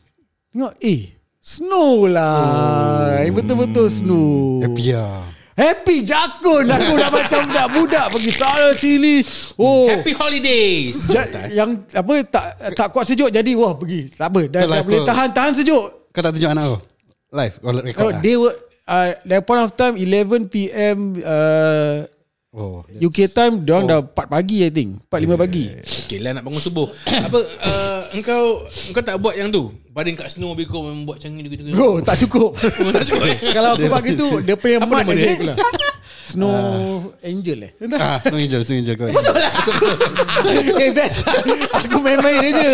S6: Tengok eh snow lah. Eh, Betul-betul snow.
S5: Oh. Hmm. Happy lah.
S6: Happy jakun aku dah macam budak-budak pergi sana sini.
S1: *laughs*
S6: Oh.
S1: Happy holidays
S6: Ja, Eh, yang apa tak tak kuat sejuk jadi wah pergi. Tak apa dah,
S5: Betul lah,
S6: dah boleh
S5: aku-
S6: tahan tahan sejuk.
S5: Kau tak tunjuk anak kau? Live? Kau record
S6: Oh,
S5: lah?
S6: they were uh, that point of time 11 PM uh,
S5: Oh,
S6: UK time dia orang dah 4 pagi I think. 4 5 pagi.
S1: Okay lah nak bangun subuh Apa uh, Engkau Engkau tak buat yang tu Badan kat snow Habis kau buat macam ni gitu-gitu.
S6: Bro Oh, tak
S1: *laughs*
S6: cukup.
S1: Oh, Tak cukup eh
S6: Kalau aku buat gitu dia punya
S1: Apa
S6: mat
S1: nama dia?
S6: dia tu lah. Snow Angel eh. *laughs*
S5: Ah, Snow Angel, Snow Angel kau.
S6: eh best. Aku main-main aja.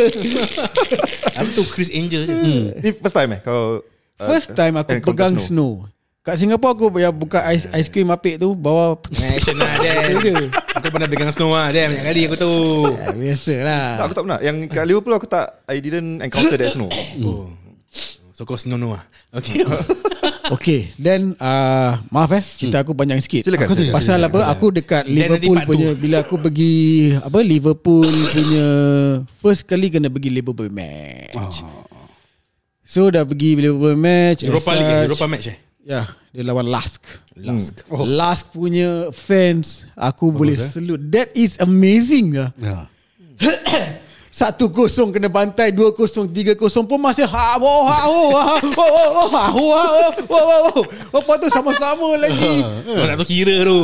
S1: Apa tu Chris Angel je hmm.
S2: Ni first time eh Kau uh,
S6: First time aku
S2: encounter
S6: pegang snow. Kat Singapura aku yang buka ais ice cream apik tu bawa *laughs*
S1: Action lah Dan Kau pernah pegang snow lah Dan Banyak kali aku tahu
S6: Ah, Biasalah.
S2: Tak, aku tak pernah Yang kat Liverpool aku tak I didn't encounter that snow
S6: Hmm.
S1: oh. So kau snow no lah Okay
S6: Okay Then uh, Maaf eh Cerita aku panjang sikit
S2: Hmm. Silakan,
S6: aku
S2: silakan,
S6: Pasal apa Aku dekat
S1: Dan
S6: Liverpool
S1: nanti part
S6: punya
S1: two.
S6: Bila aku pergi Apa Liverpool punya First kali kena pergi Liverpool match
S2: Ah.
S6: So dah pergi Liverpool
S1: *laughs*
S6: match
S1: Europa
S6: as
S1: League eh?
S6: such.
S1: Europa match eh
S6: Ya Dia lawan Lask
S1: Lask
S6: oh. Lask punya fans Aku boleh
S2: eh.
S6: salute That is amazing lah
S5: Ya.
S6: Satu kosong kena bantai Dua kosong Tiga kosong pun masih ha wo ha wo ha wo wo wo ha wo ha wo wo wo wo Lepas tu sama-sama
S5: *laughs*
S6: lagi
S1: Kau nak tahu kira tu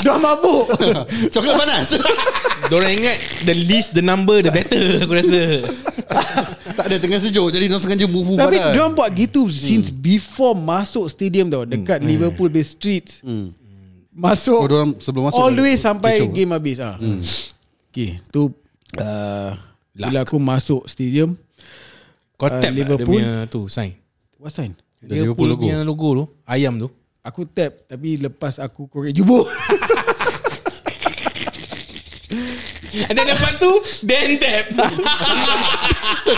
S6: Dah mabuk
S5: *laughs* Coklat panas. *laughs*
S1: Diorang ingat The least the number The better Aku rasa
S5: tak ada tengah sejuk jadi dia orang sengaja move
S6: Tapi diorang buat gitu
S5: Hmm.
S6: Since before masuk stadium tau Dekat Liverpool Bay Streets
S5: Eh. Hmm.
S6: Masuk
S5: Oh, diorang sebelum masuk
S6: All
S5: dah
S6: the way
S5: kecoh.
S6: sampai game habis ah.
S5: Hmm.
S6: Okay Tu uh, Bila aku masuk stadium
S1: Kau
S6: Uh,
S1: tap tak dia
S6: Liverpool.
S1: punya tu sign
S6: What sign?
S5: Dia Liverpool logo.
S1: punya logo tu Ayam tu
S6: Aku tap Tapi lepas aku korek
S5: *laughs*
S6: jubur *laughs* *laughs*
S1: Dan lepas tu Dan tap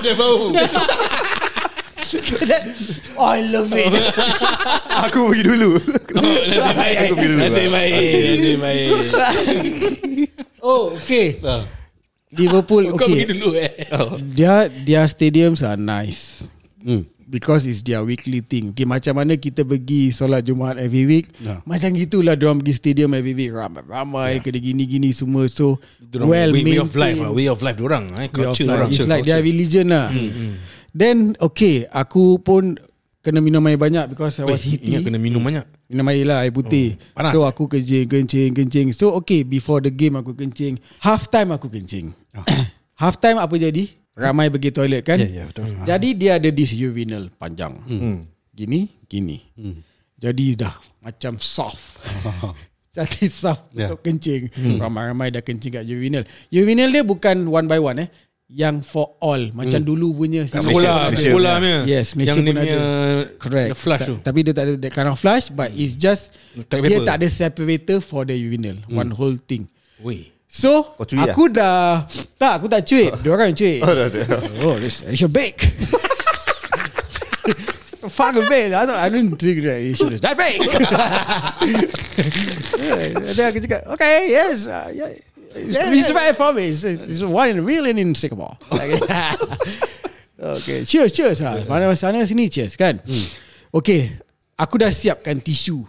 S5: dia bau.
S6: That, oh, I love it.
S2: Aku pergi dulu
S1: Nasib baik
S2: Aku pergi dulu
S6: lah.
S1: Nasib baik Nasib baik
S6: oh, okay. Liverpool,
S1: Kau pergi
S6: okay.
S1: dulu eh
S6: Their, their stadiums are nice.
S1: Hmm.
S6: Because it's their weekly thing. Okay, macam mana kita pergi solat Jumaat every week.
S1: Ya.
S5: Yeah.
S6: Macam gitulah diorang pergi stadium every week. Ramai-ramai, yeah. kena gini-gini semua. So,
S1: Dorang
S6: well
S1: Ya. way, way of life
S6: maintained.
S1: lah Way of life orang eh.
S6: way of
S1: Culture Hmm,
S6: life.
S1: orang
S6: It's like their religion lah. Mm-hmm. Then okay, aku pun kena minum air banyak because I was heaty.
S1: Ingat kena minum banyak
S6: Minum air lah air putih.
S1: Oh, panas.
S6: so aku kencing, kencing, kencing. So okay, before the game aku kencing. Half time aku kencing. *coughs* Half time apa jadi? Ramai pergi toilet kan?
S2: Ya, betul.
S6: Jadi dia ada this urinal panjang. Gini, gini. Jadi dah macam soft. Jadi soft
S5: Ya.
S6: untuk kencing. Ramai-ramai dah kencing kat urinal. Urinal dia bukan one by one eh. Yang for all. Macam dulu punya
S1: Kat sekolah
S2: Malaysia
S1: Sekolah
S2: punya.
S1: punya
S6: Yes,
S1: Yang
S6: Malaysia
S1: dia
S6: pun
S1: punya
S6: ada. Correct.
S1: the flush
S6: Ta-
S1: tu
S6: Tapi dia tak ada that kind of flush but it's just
S1: Toilet
S6: dia
S1: paper.
S6: tak ada separator for the urinal. One whole thing.
S1: Weh
S6: So
S2: Kau cuit
S6: aku dah tak aku tak cuit. Dia orang yang cuit.
S2: Oh, dah, dah.
S6: oh, this it's your bake. *laughs* Fuck a bake. I, don't- I didn't think that you should that *laughs* bake. yeah, then aku cakap, okay, yes, uh, yeah. It's, it's right for me. It's, it's one in a million in *laughs* Singapore. Like, okay, cheers, cheers. Ha. Mana sana sini cheers kan. Hmm. Okay, aku dah siapkan tisu.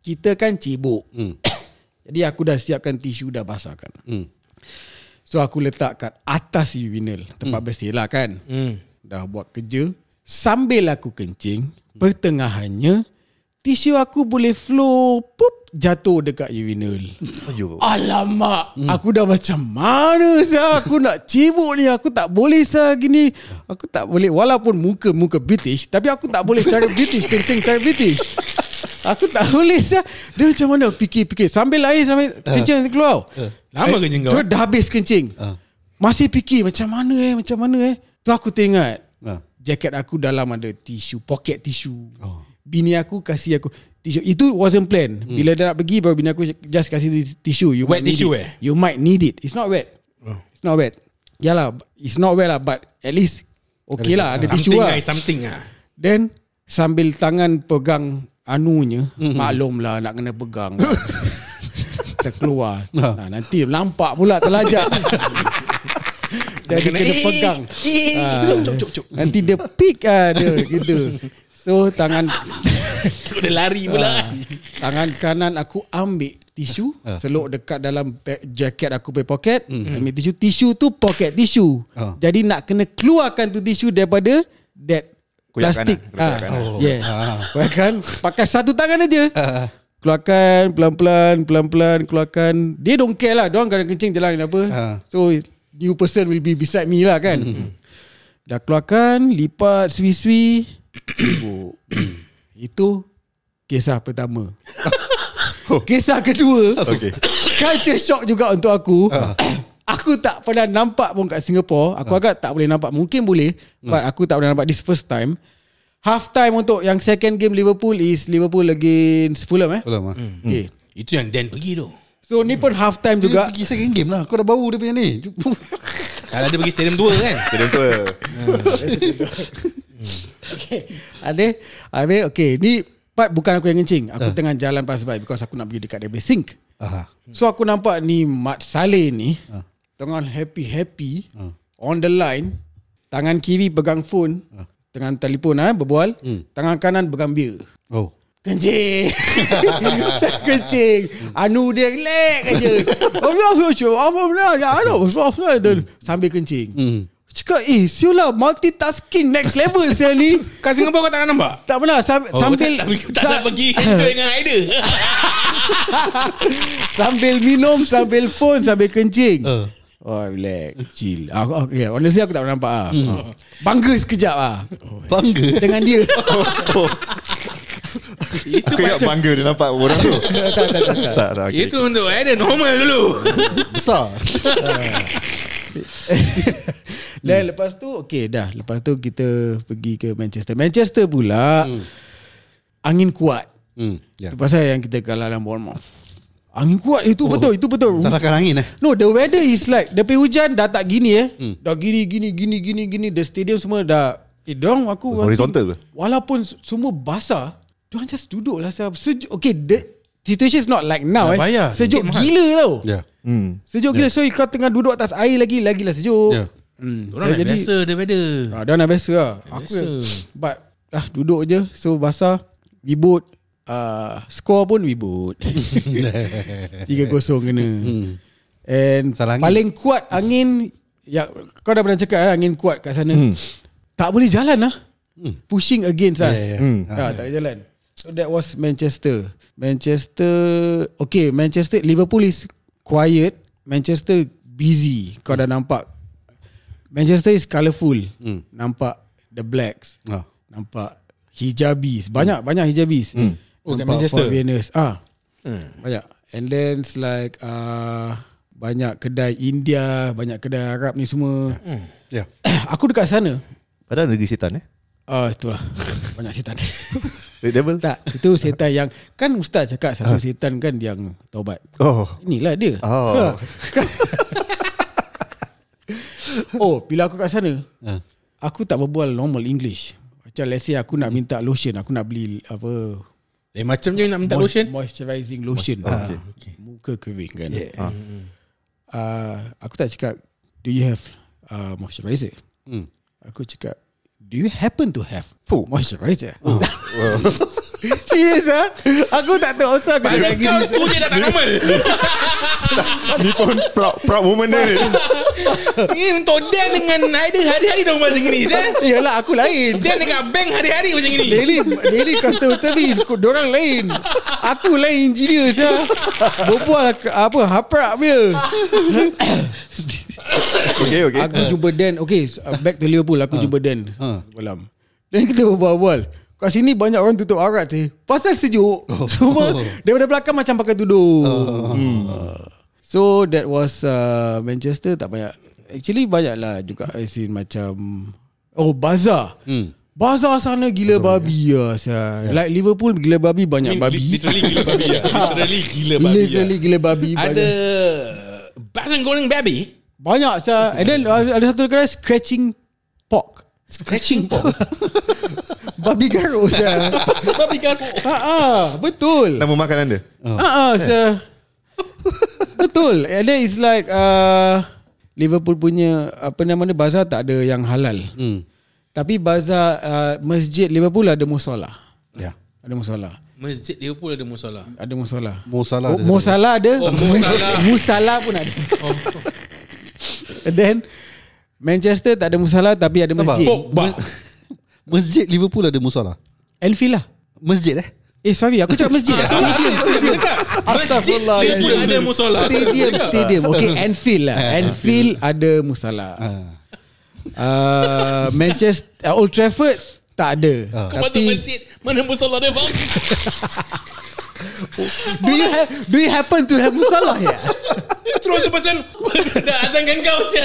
S6: Kita kan cibuk. Hmm. *coughs* Jadi aku dah siapkan tisu dah basahkan.
S5: Hmm.
S6: So aku letak kat atas urinal tempat hmm. bersih lah kan.
S1: Hmm.
S6: Dah buat kerja sambil aku kencing
S1: Hmm.
S6: pertengahannya tisu aku boleh flow pup jatuh dekat
S1: *laughs*
S6: urinal.
S2: Ayuh.
S6: Alamak, hmm. aku dah macam mana sah aku nak cibuk ni, aku tak boleh sah gini. Aku tak boleh walaupun muka muka British tapi aku tak boleh cara British kencing cara British. Aku tak boleh sah. Dia macam mana fikir-fikir sambil air sambil kencing keluar.
S1: Eh. Lama kencing kau,
S6: Tu
S1: eh?
S6: dah habis kencing.
S5: Ah.
S6: Masih fikir macam mana eh, macam mana eh. Tu aku teringat.
S5: Ah.
S6: Jaket aku dalam ada tisu, pocket tisu. Oh. Bini aku kasih aku tisu. Itu wasn't planned. Hmm. Bila dia nak pergi baru bini aku just kasih ti- tisu. You
S1: Wet
S6: might need
S1: tisu,
S6: it.
S1: eh?
S6: You might need it. It's not wet.
S1: Oh.
S6: It's not wet. Yalah, it's not wet lah but at least okay lah ada tisu
S1: Something
S6: lah.
S1: lah Something lah
S6: Then sambil tangan pegang anunya, mm-hmm. maklumlah nak kena pegang. Terkeluar. Nah, nanti nampak pula terlajak. Jadi
S1: Kena-
S6: kena pegang. Ah, Nanti dia pick ah dia gitu. So tangan
S1: Kau dah lari pula kan
S6: tangan kanan aku ambil tisu, selok dekat dalam pe- jaket aku punya poket, ambil tisu. Tisu tu poket tisu.
S5: Ah.
S6: Jadi nak kena keluarkan tu tisu daripada that
S2: Koyak
S6: plastik.
S2: kanan, koyak kanan.
S6: Ah, Yes. Keluarkan pakai satu tangan aja. Keluarkan pelan-pelan, pelan-pelan keluarkan. Dia don't care lah. Diorang kadang kencing jalan apa.
S5: Ah.
S6: So new person will be beside me lah kan. Dah keluarkan, lipat swi-swi. Sibuk. Itu kisah pertama. *laughs* Oh, kisah kedua.
S2: Okay
S6: Culture shock juga untuk aku. *coughs* aku tak pernah nampak pun kat Singapore. Aku agak tak boleh nampak. Mungkin boleh. But aku tak pernah nampak this first time. Half time untuk yang second game Liverpool is Liverpool against Fulham eh.
S5: Belum ah.
S6: Okay.
S1: Itu yang Dan pergi tu
S6: So ni pun half time
S5: Juga
S6: juga.
S5: *laughs* pergi second game lah. Kau dah bau dia punya ni.
S1: Kalau dia pergi stadium 2 kan
S2: Stadium tua
S6: Ada Habis okay Ni part bukan aku yang kencing Aku tengah jalan pas by Because aku nak pergi dekat dia punya sink
S5: Ah.
S6: Hmm. So aku nampak ni Mat Saleh ni
S1: Ah.
S6: Tengah happy-happy On the line Tangan kiri pegang phone Tangan telefon ah berbual
S1: Hmm.
S6: Tangan kanan pegang bir
S5: Oh.
S1: *laughs*
S6: Kencing Kencing Anu dia Oh, lek aja ya,
S1: Hmm.
S6: Sambil kencing Cakap eh siul lah multitasking next level saya ni
S1: Kat Singapore kau tak nak nampak
S6: tak pernah sam-
S1: Oh,
S6: sambil
S1: tak, tak, tak, tak
S6: sa- *laughs*
S1: pergi enjoy dengan Haider.
S6: sambil minum sambil phone sambil kencing.
S5: Uh.
S6: Oh relax Chill aku, okay, Honestly aku tak pernah nampak lah. Hmm. Bangga sekejap lah
S5: Oh, Bangga.
S6: Dengan dia
S5: *laughs* Oh.
S2: Aku ingat bangga dia nampak orang tu Tak tak tak Tak tak okay.
S1: *laughs* Itu untuk Haider normal dulu.
S5: Besar.
S6: Dan lepas tu Okay dah Lepas tu kita pergi ke Manchester Manchester pula hmm. Angin kuat
S5: Hmm. Ya.
S6: yeah.
S5: Oh.
S6: Itu pasal yang kita kalah dalam Bournemouth Angin kuat Itu betul Itu betul
S5: Salahkan angin eh.
S6: No the weather is like Dia punya hujan dah tak gini eh hmm. Dah gini gini gini gini gini The stadium semua dah Eh, diorang aku
S2: Horizontal ke?
S6: Walaupun s- semua basah, diorang just duduk lah. siap. Sejuk. Okay, the situation is not like now.
S1: Nak bayar.
S6: Eh. Sejuk
S1: Tiket mahal.
S6: gila tau.
S5: Ya.
S2: Hmm.
S6: Sejuk gila. So, kau tengah duduk atas air lagi, lagilah sejuk.
S5: Ya.
S6: Hmm.
S1: Orang dah
S6: Jadi-
S1: biasa dia weather.
S6: Ah, dia orang dah biasa lah. Aku
S1: biasa.
S6: but ah duduk je so basah ribut uh, skor pun
S2: *laughs*
S6: ribut.
S5: Ya.
S6: *laughs* 3-0 kena. Hmm. And
S5: Salah angin.
S6: paling kuat angin ya kau dah pernah cakap kan, angin kuat kat sana. Hmm. Tak boleh jalan lah. Hmm. Pushing against us.
S5: ya, ya.
S6: Hmm. Ah, tak boleh jalan. So that was Manchester. Manchester okay Manchester Liverpool is quiet. Manchester busy. Kau dah nampak Manchester is colourful. Hmm. Nampak the blacks.
S5: Ah.
S6: Nampak hijabis. Banyak hmm. banyak hijabis. Hmm.
S1: Oh, kat Manchester.
S6: Foreigners. Ah. Hmm. Banyak. And then it's like uh, banyak kedai India, banyak kedai Arab ni semua. Hmm.
S5: *laughs* Ya.
S6: *coughs* Aku dekat sana.
S2: Padahal negeri setan eh.
S6: Ah uh, itulah. banyak *laughs* setan.
S2: Red Devil?
S6: tak, itu setan yang kan ustaz cakap satu setan kan yang taubat.
S2: Oh.
S6: Inilah dia.
S2: Oh.
S6: oh, bila aku kat sana,
S5: Ah.
S6: aku tak berbual normal English. Macam let's say aku nak minta lotion, aku nak beli apa
S1: Eh macam je nak minta
S6: mois-
S1: lotion.
S6: moisturizing lotion. Ah, Muka kering kan. Yeah.
S2: Ah.
S6: aku tak cakap do you have uh, moisturizer?
S5: Hmm.
S6: Aku cakap do you happen to have
S2: Fuh.
S6: moisturizer? *laughs* Serius ah? Aku tak tahu asal aku cakap
S1: Kau
S6: gini.
S1: tu je dah tak *laughs* normal.
S2: Ni pun proud, proud moment dia ni.
S1: Ini Eh, untuk Dan dengan Haida hari-hari dong macam ni. Zan.
S6: *laughs* Yalah aku lain.
S1: Dan dekat bank hari-hari macam ni.
S6: Daily Daily customer service Kau- Diorang lain Aku lain engineer saya. Berbual ke- Apa Haprak punya
S2: Okay, okay. Eh.
S6: Aku jumpa Dan Okay so, uh, Back to Liverpool Aku jumpa Dan
S5: Ha.
S6: Malam Dan kita berbual-bual Kat sini banyak orang tutup aurat sih. Pasal sejuk *laughs* Semua Daripada belakang macam pakai tudung hmm. So that was uh, Manchester tak banyak Actually banyak lah juga As in macam Oh bazar
S5: Hmm.
S6: Bazar sana gila babi lah yeah. Like Liverpool gila babi banyak babi
S1: Literally gila babi *laughs* lah. Literally gila babi lah.
S6: Literally gila babi
S1: Ada Basan goreng babi
S6: Banyak sah And then uh, ada satu kedai Scratching pork
S1: Scratching *laughs* pop
S6: Babi garuk sah
S1: Babi garuk
S6: Ah, ah, betul.
S2: Nama makanan dia?
S6: Ah, ah, sir. betul. And then it's like uh, Liverpool punya apa nama dia bazar tak ada yang halal.
S5: Hmm.
S6: Tapi bazar uh, masjid Liverpool ada musola.
S5: Ya.
S6: Ada musola.
S1: Masjid Liverpool ada musola
S6: Ada musola.
S5: Mo Salah.
S6: Oh,
S5: dia tadi.
S6: musola ada.
S1: Oh,
S6: *laughs*
S1: musala.
S6: musala pun ada. And then Manchester tak ada musala tapi ada
S5: Sabar.
S6: masjid.
S1: Pogba
S6: *laughs*
S5: Masjid Liverpool ada Mo Salah.
S6: Anfield lah.
S5: Masjid eh?
S6: Eh sorry aku cakap masjid
S1: Ah,
S6: lah.
S1: Masjid
S6: Astagfirullah.
S1: Liverpool ada musola
S6: ya, Stadium, stadium. Okay, Anfield lah. Anfield ada musala. Uh, Manchester, uh, Old Trafford tak ada.
S1: Kau masuk
S6: Tapi
S1: masjid Mana musola dia bang
S6: do you have, do you happen to have musala here?
S1: Terus tu pesan Dah azankan kau siya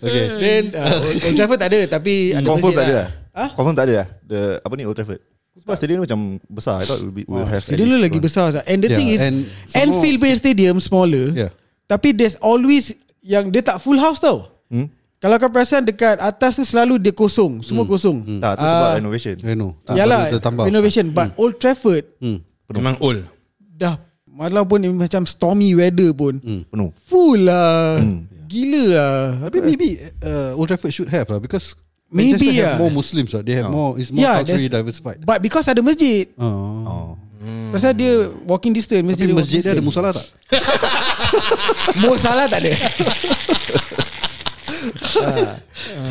S5: Okay.
S6: Then uh, Old- Old Trafford tak ada tapi ada
S2: Confirm
S6: masjid
S2: tak ada lah?
S6: Ah?
S2: Confirm tak ada lah? The, apa ni, Old Trafford? Sebab stadium macam besar. I thought we'll, be, we'll have... at
S6: Stadium
S2: least
S6: dia lagi
S2: one.
S6: besar. Zah. And the
S5: Yeah,
S6: thing is
S5: and some
S6: Anfield punya stadium smaller.
S5: Yeah.
S6: Tapi there's always yang dia tak full house tau.
S2: Hmm?
S6: Kalau kau perasan dekat atas tu selalu dia kosong, semua kosong.
S2: Hmm. Tak, tu sebab
S6: Ah,
S2: renovation.
S5: Reno.
S6: Tak,
S5: baru
S6: Yalah
S5: dia tambah.
S6: Renovation But Old Trafford
S5: Hmm.
S1: Memang old
S6: Dah Walaupun ini macam stormy weather pun hmm.
S2: Penuh.
S6: Full lah Gila lah
S5: Tapi maybe uh, Old Trafford should have lah because
S6: Maybe
S5: Manchester have
S6: lah.
S5: more Muslims lah. They have more it's more culturally
S6: there's-
S5: diversified.
S6: But because ada masjid
S5: Oh.
S2: Oh.
S6: hmm. Pasal dia walking distance
S5: Tapi masjid dia ada
S6: walking *laughs*
S5: musala tak? *laughs*
S6: distance. Musala tak ada Ah.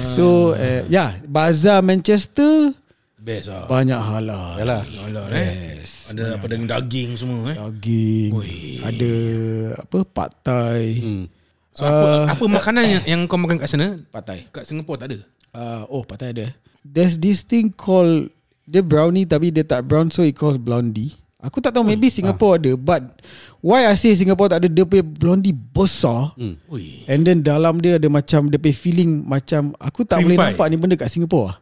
S6: So uh, Yeah Bazar Manchester
S1: Best lah
S6: Banyak halal
S5: Yalah.
S1: Alah eh Ada apa dengan daging semua
S6: Ya.
S1: eh
S6: Daging Ada Apa Pad Thai hmm.
S1: So apa apa makanan yang yang kau makan kat sana
S6: Pad Thai
S1: Kat Singapura tak ada
S6: uh, oh patah ada. There's this thing called dia brownie tapi dia tak brown so it calls blondie. Aku tak tahu
S5: Hmm.
S6: maybe
S5: Ah.
S6: Singapore ada but why I say Singapore tak ada dia punya blondie besar. Hmm.
S1: Ui
S6: And then dalam dia ada macam dia punya feeling macam aku tak
S1: Cream
S6: boleh
S1: pie.
S6: nampak ni benda kat Singapore.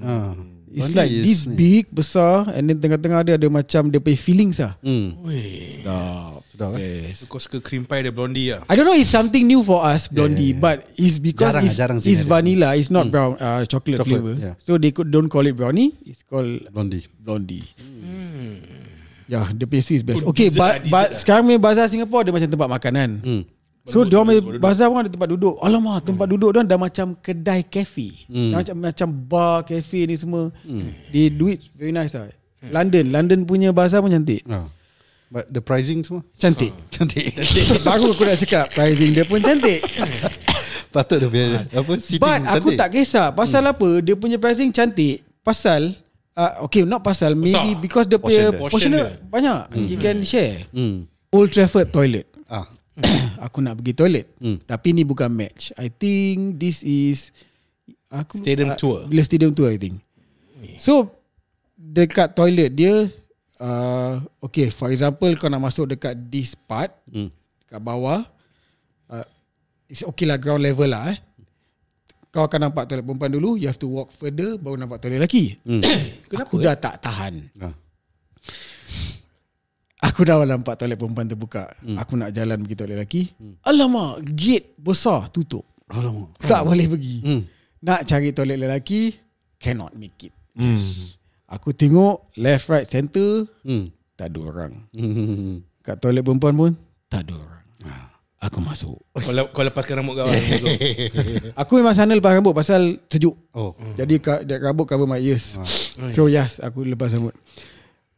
S5: Ah.
S6: It's
S5: Only
S6: like
S5: is
S6: this
S5: ni.
S6: big besar and then tengah-tengah dia ada macam dia punya feelings lah.
S5: Hmm.
S1: Weh,
S5: Sedap eh.
S1: so kau suka cream pie dia blondie lah.
S6: I don't know it's something new for us blondie yeah, yeah, yeah. but it's because
S5: Jarang
S6: it's,
S5: lah, jarang sih
S6: it's
S5: ada. Hmm.
S6: vanilla it's not brown uh, chocolate,
S5: Chocolate,
S6: flavor
S5: yeah.
S6: yeah. so they could don't call it brownie it's called
S5: Blondie.
S6: blondie hmm. yeah the pastry is best
S1: Oh,
S6: okay
S1: dessert lah,
S6: but,
S1: dessert
S6: but
S1: lah.
S6: sekarang ni bazar Singapore dia macam tempat makanan
S5: Hmm.
S6: So dia orang punya bazar pun ada tempat duduk. Hmm. Alamak, tempat duduk dia dah macam kedai kafe.
S5: Hmm.
S6: Dah macam macam bar, kafe ni semua. They do it very nice lah. London, London punya bazar pun cantik.
S5: Ah. But the pricing semua
S6: Cantik.
S5: cantik.
S6: Baru aku nak cakap pricing dia pun cantik.
S5: *laughs*
S6: *laughs*
S5: Patut dia punya apa seating
S6: But aku tak kisah pasal apa dia punya pricing cantik. Pasal uh, okay not pasal maybe
S1: Besar.
S6: because dia
S2: Portion dia.
S6: punya portion
S1: Portion
S6: dia
S1: dia.
S6: banyak. You can share.
S5: Hmm.
S6: Old Trafford toilet.
S5: Ah.
S6: *coughs* aku nak pergi toilet.
S5: Hmm.
S6: Tapi ni bukan match. I think this is aku
S1: Stadium
S6: ah,
S1: tour. Eh.
S6: Bila stadium tour I think. So dekat toilet dia uh, okay for example kau nak masuk dekat this part
S5: Hmm.
S6: dekat bawah uh, it's okay lah ground level lah eh. Kau akan nampak toilet perempuan dulu You have to walk further Baru nampak toilet lelaki *coughs* Aku
S1: eh.
S6: dah tak tahan
S5: Hmm. Ah.
S6: Aku dah nampak toilet perempuan terbuka hmm. Aku nak jalan pergi toilet lelaki hmm. Alamak Gate besar tutup
S5: Alamak.
S6: Tak boleh pergi
S5: Hmm.
S6: Nak cari toilet lelaki Cannot make it Aku tengok Left right center
S5: Hmm.
S6: Tak ada orang
S5: Hmm. Ah.
S6: Kat toilet perempuan pun Tak ada orang Aku masuk
S1: Kau, lep- kau lepaskan rambut
S6: *laughs*
S1: kau. ah. Zul.
S6: Aku memang sana lepas rambut Pasal sejuk
S5: Oh. Ah.
S6: Jadi ka- that rambut cover my ears *laughs* So yes Aku lepas rambut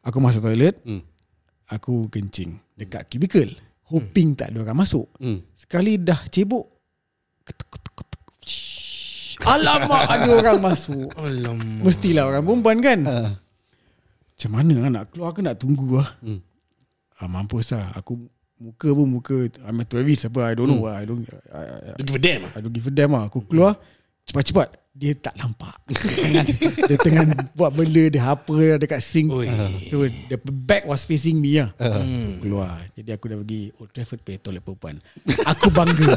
S6: Aku masuk toilet
S5: Hmm.
S6: Aku kencing Dekat cubicle Hoping tak ada orang masuk
S5: Hmm.
S6: Sekali dah cebok ketuk, ketuk, ketuk. Shhh. Alamak ada orang masuk
S5: Hmm.
S1: Alamak.
S6: Mestilah orang perempuan kan
S5: Ah.
S6: Macam mana lah nak keluar ke nak tunggu lah
S5: Hmm.
S6: ah, Mampus lah Aku muka pun muka I'm a tourist apa I don't
S5: Hmm.
S6: know lah I don't, I, I,
S1: You give a damn. ah.
S6: I don't give a damn lah Aku keluar Cepat-cepat Dia tak nampak *laughs* Dia tengah buat benda Dia apa lah dekat sink
S1: Oi.
S6: So the back was facing me lah Aku Keluar Jadi aku dah pergi Old Trafford Pergi toilet perempuan Aku bangga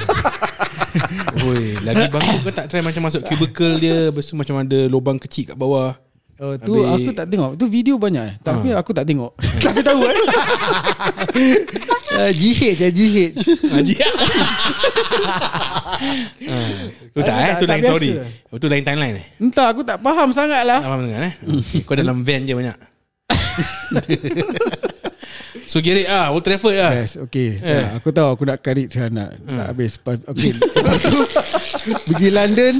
S1: Oi, lagi bagus kau tak try macam masuk cubicle dia, lepas tu macam ada lubang kecil kat bawah.
S6: Oh, tu
S1: Habis-
S6: aku tak tengok. Tu video banyak eh. Tapi aku tak tengok. Tapi tahu eh. uh, GH eh, GH.
S1: Haji. Tu tak
S6: Tak,
S1: eh, tu
S6: tak
S1: lain
S6: biasa.
S1: story. Oh, tu lain timeline eh.
S6: Entah, aku tak faham sangat lah.
S1: Tak faham dengan eh. Okay, Kau dalam van je banyak. *laughs* So get it ah, Old Trafford ah.
S6: Yes, okay. Yeah. aku tahu aku nak cari saya nak, nak habis. Pa- Okay. *laughs* Lepas tu, pergi London.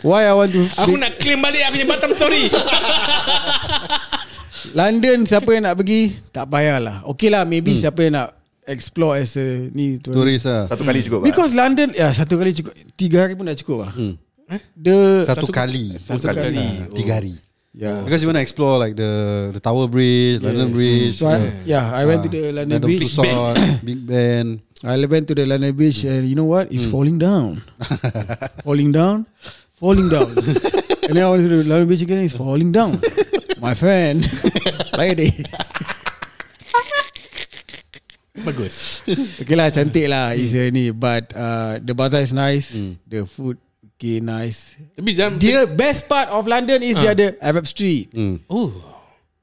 S6: Why I want to...
S1: Aku nak claim balik aku punya Batam story.
S6: London, siapa yang nak pergi? Tak payahlah. Okay lah, maybe hmm. siapa yang nak explore as a... Ni, tu.
S5: Turis ah.
S2: Satu kali cukup
S6: Because London, ya satu kali cukup. Tiga hari pun dah cukup lah. Hmm. Eh? The... Ya.
S5: Satu, kali.
S1: Satu kali.
S5: Ah, Tiga hari.
S6: Yeah.
S5: Because you want to explore like the the Tower Bridge, London Bridge.
S6: So I, yeah, I went to the London Bridge.
S5: Big
S6: *coughs*
S5: Ben. Big Ben.
S6: I went to the London Beach and you know what? It's falling *laughs* down. falling down, falling down. and then I went to the London Beach again, it's falling down. My *laughs* friend, lady.
S1: Bagus.
S6: Okay lah, cantik lah. It's uh, ni. But uh, the bazaar is nice. The food, okay, nice. Ah.
S1: Tapi dalam
S6: The best part of London is dia ada Arab Street.
S5: Hmm.
S1: Oh.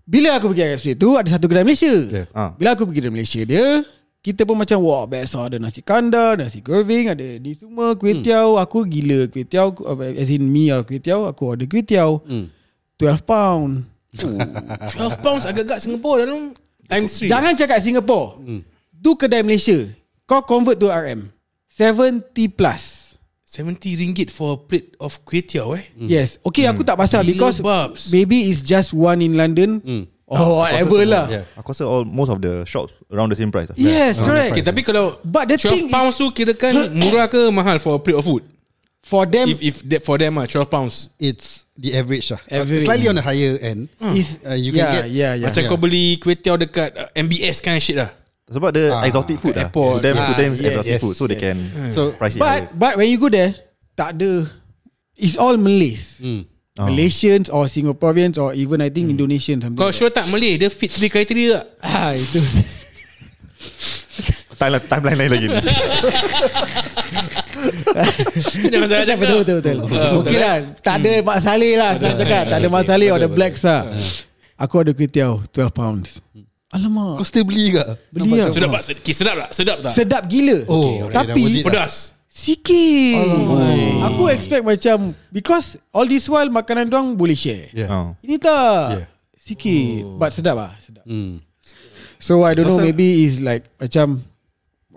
S6: Bila aku pergi Arab Street tu, ada satu kedai Malaysia. Ha.
S5: Yeah.
S2: Ah.
S6: Bila aku pergi dari Malaysia dia kita pun macam wah biasa ada nasi kandar, nasi goreng, ada ni semua kuih tiaw. Aku gila kuih tiaw Aku- as in me lah kuih tiaw. Aku order kuih tiaw.
S5: Hmm.
S6: 12 pound.
S1: 12 pounds agak-agak Singapore dalam time three.
S6: Jangan cakap Singapore. Hmm. Tu kedai Malaysia. Kau convert to RM. 70 plus.
S1: 70 ringgit for a plate of kuih tiaw eh.
S6: Yes. Okay aku tak pasal
S1: Gila
S6: because
S1: babs.
S6: maybe it's just one in London
S5: Hmm.
S6: or
S2: Oh,
S6: whatever lah.
S5: Yeah.
S2: ah. Aku rasa all, most of the shops around the same price lah.
S6: Yes, correct.
S1: Okay, tapi kalau
S6: But the thing
S1: 12 pounds tu kirakan murah ke mahal for a plate of food?
S6: For them
S1: If if that for them ah 12 pounds.
S5: It's the average lah.
S6: Average. Hmm.
S5: Slightly on the higher end.
S6: is
S5: Uh, you can
S6: yeah,
S5: get-
S6: yeah, yeah.
S1: Macam kau beli kuih tiaw dekat uh, MBS kind of shit lah.
S2: Sebab dia exotic food lah.
S1: airport.
S2: To them, to
S1: Ah,
S2: them is
S6: yes,
S2: exotic
S5: Ah, yes, Hmm.
S2: food. So they can
S5: So-
S2: *laughs* price it. higher.
S6: But but when you go there, tak ada. It's all Malays. Mm.
S5: Ah.
S6: Oh. Malaysians or Singaporeans or even I
S5: Hmm.
S6: think mm. Indonesian something.
S1: Kau sure tak Malay Dia fit three criteria tak?
S6: ah itu. *laughs*
S2: Timeline, timeline lain lagi ni.
S1: *laughs* Jangan salah cakap
S6: Betul betul betul. Okey lah, tak ada Mak Saleh lah senang cakap. Tak ada Mak Saleh or the blacks lah. Aku ada kuih tiaw 12 pounds.
S5: Kau
S6: Alamak,
S5: still beli ke?
S6: beli lah.
S1: Sedap tak? Sed- okay, sedap tak? Sedap tak?
S6: Sedap gila.
S5: Oh, okay, dah worth
S6: tapi
S5: it lah.
S1: Pedas
S6: sikit. Aku expect macam because all this while makanan doang boleh share.
S5: Yeah.
S2: Oh.
S6: Ini tak
S5: Yeah. Oh.
S6: Sikit But sedap lah sedap.
S5: Hmm.
S6: So I don't know
S5: Pasal-
S6: Maybe is like Macam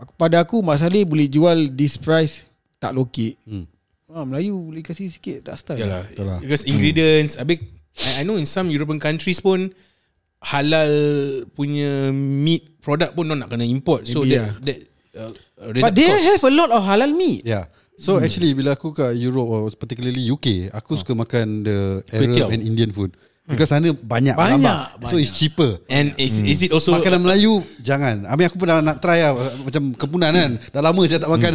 S6: aku, Pada aku Mak Saleh boleh jual This price Tak lokek
S5: Hmm.
S6: ah, Melayu boleh kasih sikit Tak style
S1: Yalah,
S5: Betul lah.
S1: Because ingredients Habis I, I know in some European countries pun Halal punya meat product pun Mereka nak kena import So
S6: Maybe,
S1: that,
S6: yeah.
S1: that uh, raise
S6: But
S1: up
S6: they
S1: cost.
S6: have a lot of halal meat
S5: Yeah. So hmm. actually bila aku kat Europe or particularly UK, aku suka makan the Arab
S1: Kwetiau.
S5: and Indian food. Because sana banyak,
S6: Banyak,
S5: martabak. So it's cheaper.
S1: And is, is it also
S5: So, Makanan Melayu jangan. I mean aku pernah nak try lah, macam kempunan kan. Dah lama saya tak makan.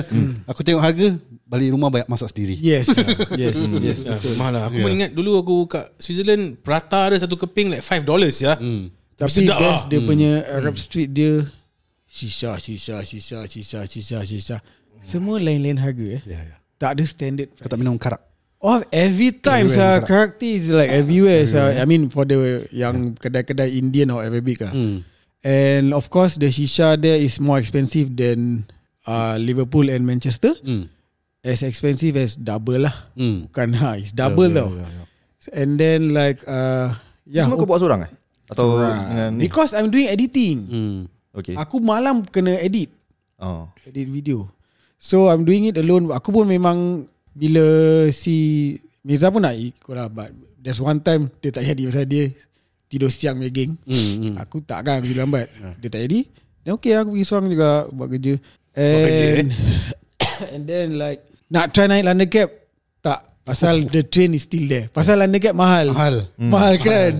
S5: Aku tengok harga, balik rumah banyak masak sendiri.
S6: Yes
S5: *laughs*
S6: Yes
S5: Hmm.
S6: Yes
S1: Ya, Mahal lah Aku yeah. ingat dulu aku kat Switzerland Prata ada satu keping Like 5 dollars ya hmm.
S6: Tapi
S1: Sedap
S6: best
S1: lah.
S6: dia punya
S5: Hmm.
S6: Arab street dia Sisa Sisa Sisa Sisa Sisa Sisa Semua lain-lain harga eh.
S5: Yeah, yeah.
S6: Tak ada standard
S5: Kau tak minum karak.
S6: Oh, every time
S5: Everywhere,
S6: sah character is like everywhere sah. I mean for the yang kedai-kedai Indian or Arabic ah.
S5: Hmm.
S6: And of course the shisha there is more expensive than uh, Liverpool and Manchester.
S5: Hmm.
S6: As expensive as double lah.
S5: Hmm.
S6: Bukan ha, it's double
S5: Yeah,
S6: tau.
S5: yeah, yeah,
S6: And then like uh, yeah.
S2: Semua kau buat seorang eh? Atau dengan ni?
S6: Right. Because I'm doing editing.
S5: Hmm.
S2: Okay.
S6: Aku malam kena edit.
S2: Oh.
S6: edit video. So I'm doing it alone. Aku pun memang bila si Mirza pun nak ikut lah but there's one time dia tak jadi pasal dia tidur siang punya geng.
S5: Hmm.
S6: Aku tak kan aku tidur lambat. Dia tak jadi. Then okay aku pergi seorang juga buat kerja. And,
S1: kerja, eh?
S5: eh?
S6: *coughs* and then like nak try naik London Cap tak pasal the train is still there. Pasal London Cap mahal.
S5: Oh. Mahal. Hmm.
S6: Mahal kan.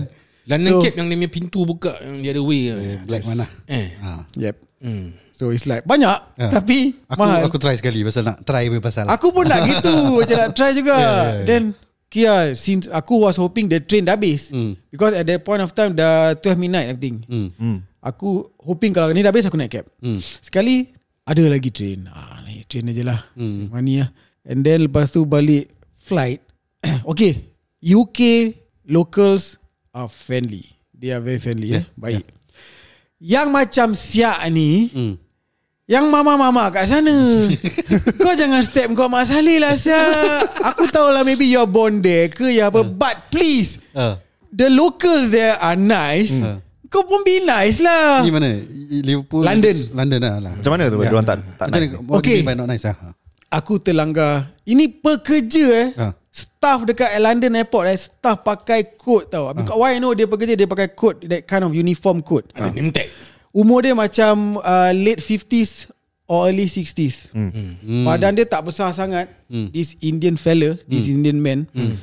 S1: London
S6: So-
S1: Cape yang dia punya pintu buka Yang the other way ya.
S5: Black mana?
S1: Eh
S5: Ha.
S6: Yep.
S1: hmm.
S6: So it's like banyak
S5: Ya.
S6: tapi
S5: Aku
S6: mahal.
S5: aku try sekali pasal nak try punya pasal.
S6: Aku pun nak *laughs* gitu Macam nak try juga yeah, yeah, yeah. Then Kia since Aku was hoping The train dah habis
S5: Hmm.
S6: Because at that point of time Dah 12 midnight everything
S5: Hmm.
S2: Hmm.
S6: Aku hoping Kalau ni dah habis Aku naik cab
S5: Hmm.
S6: Sekali Ada lagi train ah, Naik train aja lah hmm. Money lah And then lepas tu balik Flight *coughs* Okay UK Locals Are friendly They are very friendly yeah. eh? Baik yeah. Yang macam siak ni
S5: Hmm.
S6: yang mama-mama kat sana Kau jangan step kau Mak Saleh lah Sia Aku tahulah maybe you're born there ke ya apa But please
S5: Ah.
S6: The locals there are nice Kau pun be nice lah
S5: Ni mana? Liverpool
S6: London.
S5: London lah. lah.
S2: Macam mana tu yeah. diorang tak tak
S5: Macam
S2: nice?
S5: mana? What do
S6: Okay.
S5: you mean by not nice ah? Ha.
S6: Aku terlanggar Ini pekerja eh
S5: Ha.
S6: Staff dekat London Airport eh Staff pakai coat tau Because why I know dia pekerja Dia pakai coat That kind of uniform coat
S1: Ada name tag
S6: Umur dia macam uh, Late 50s Or early 60s hmm. Badan dia tak besar sangat hmm. This Indian fella This Indian man hmm.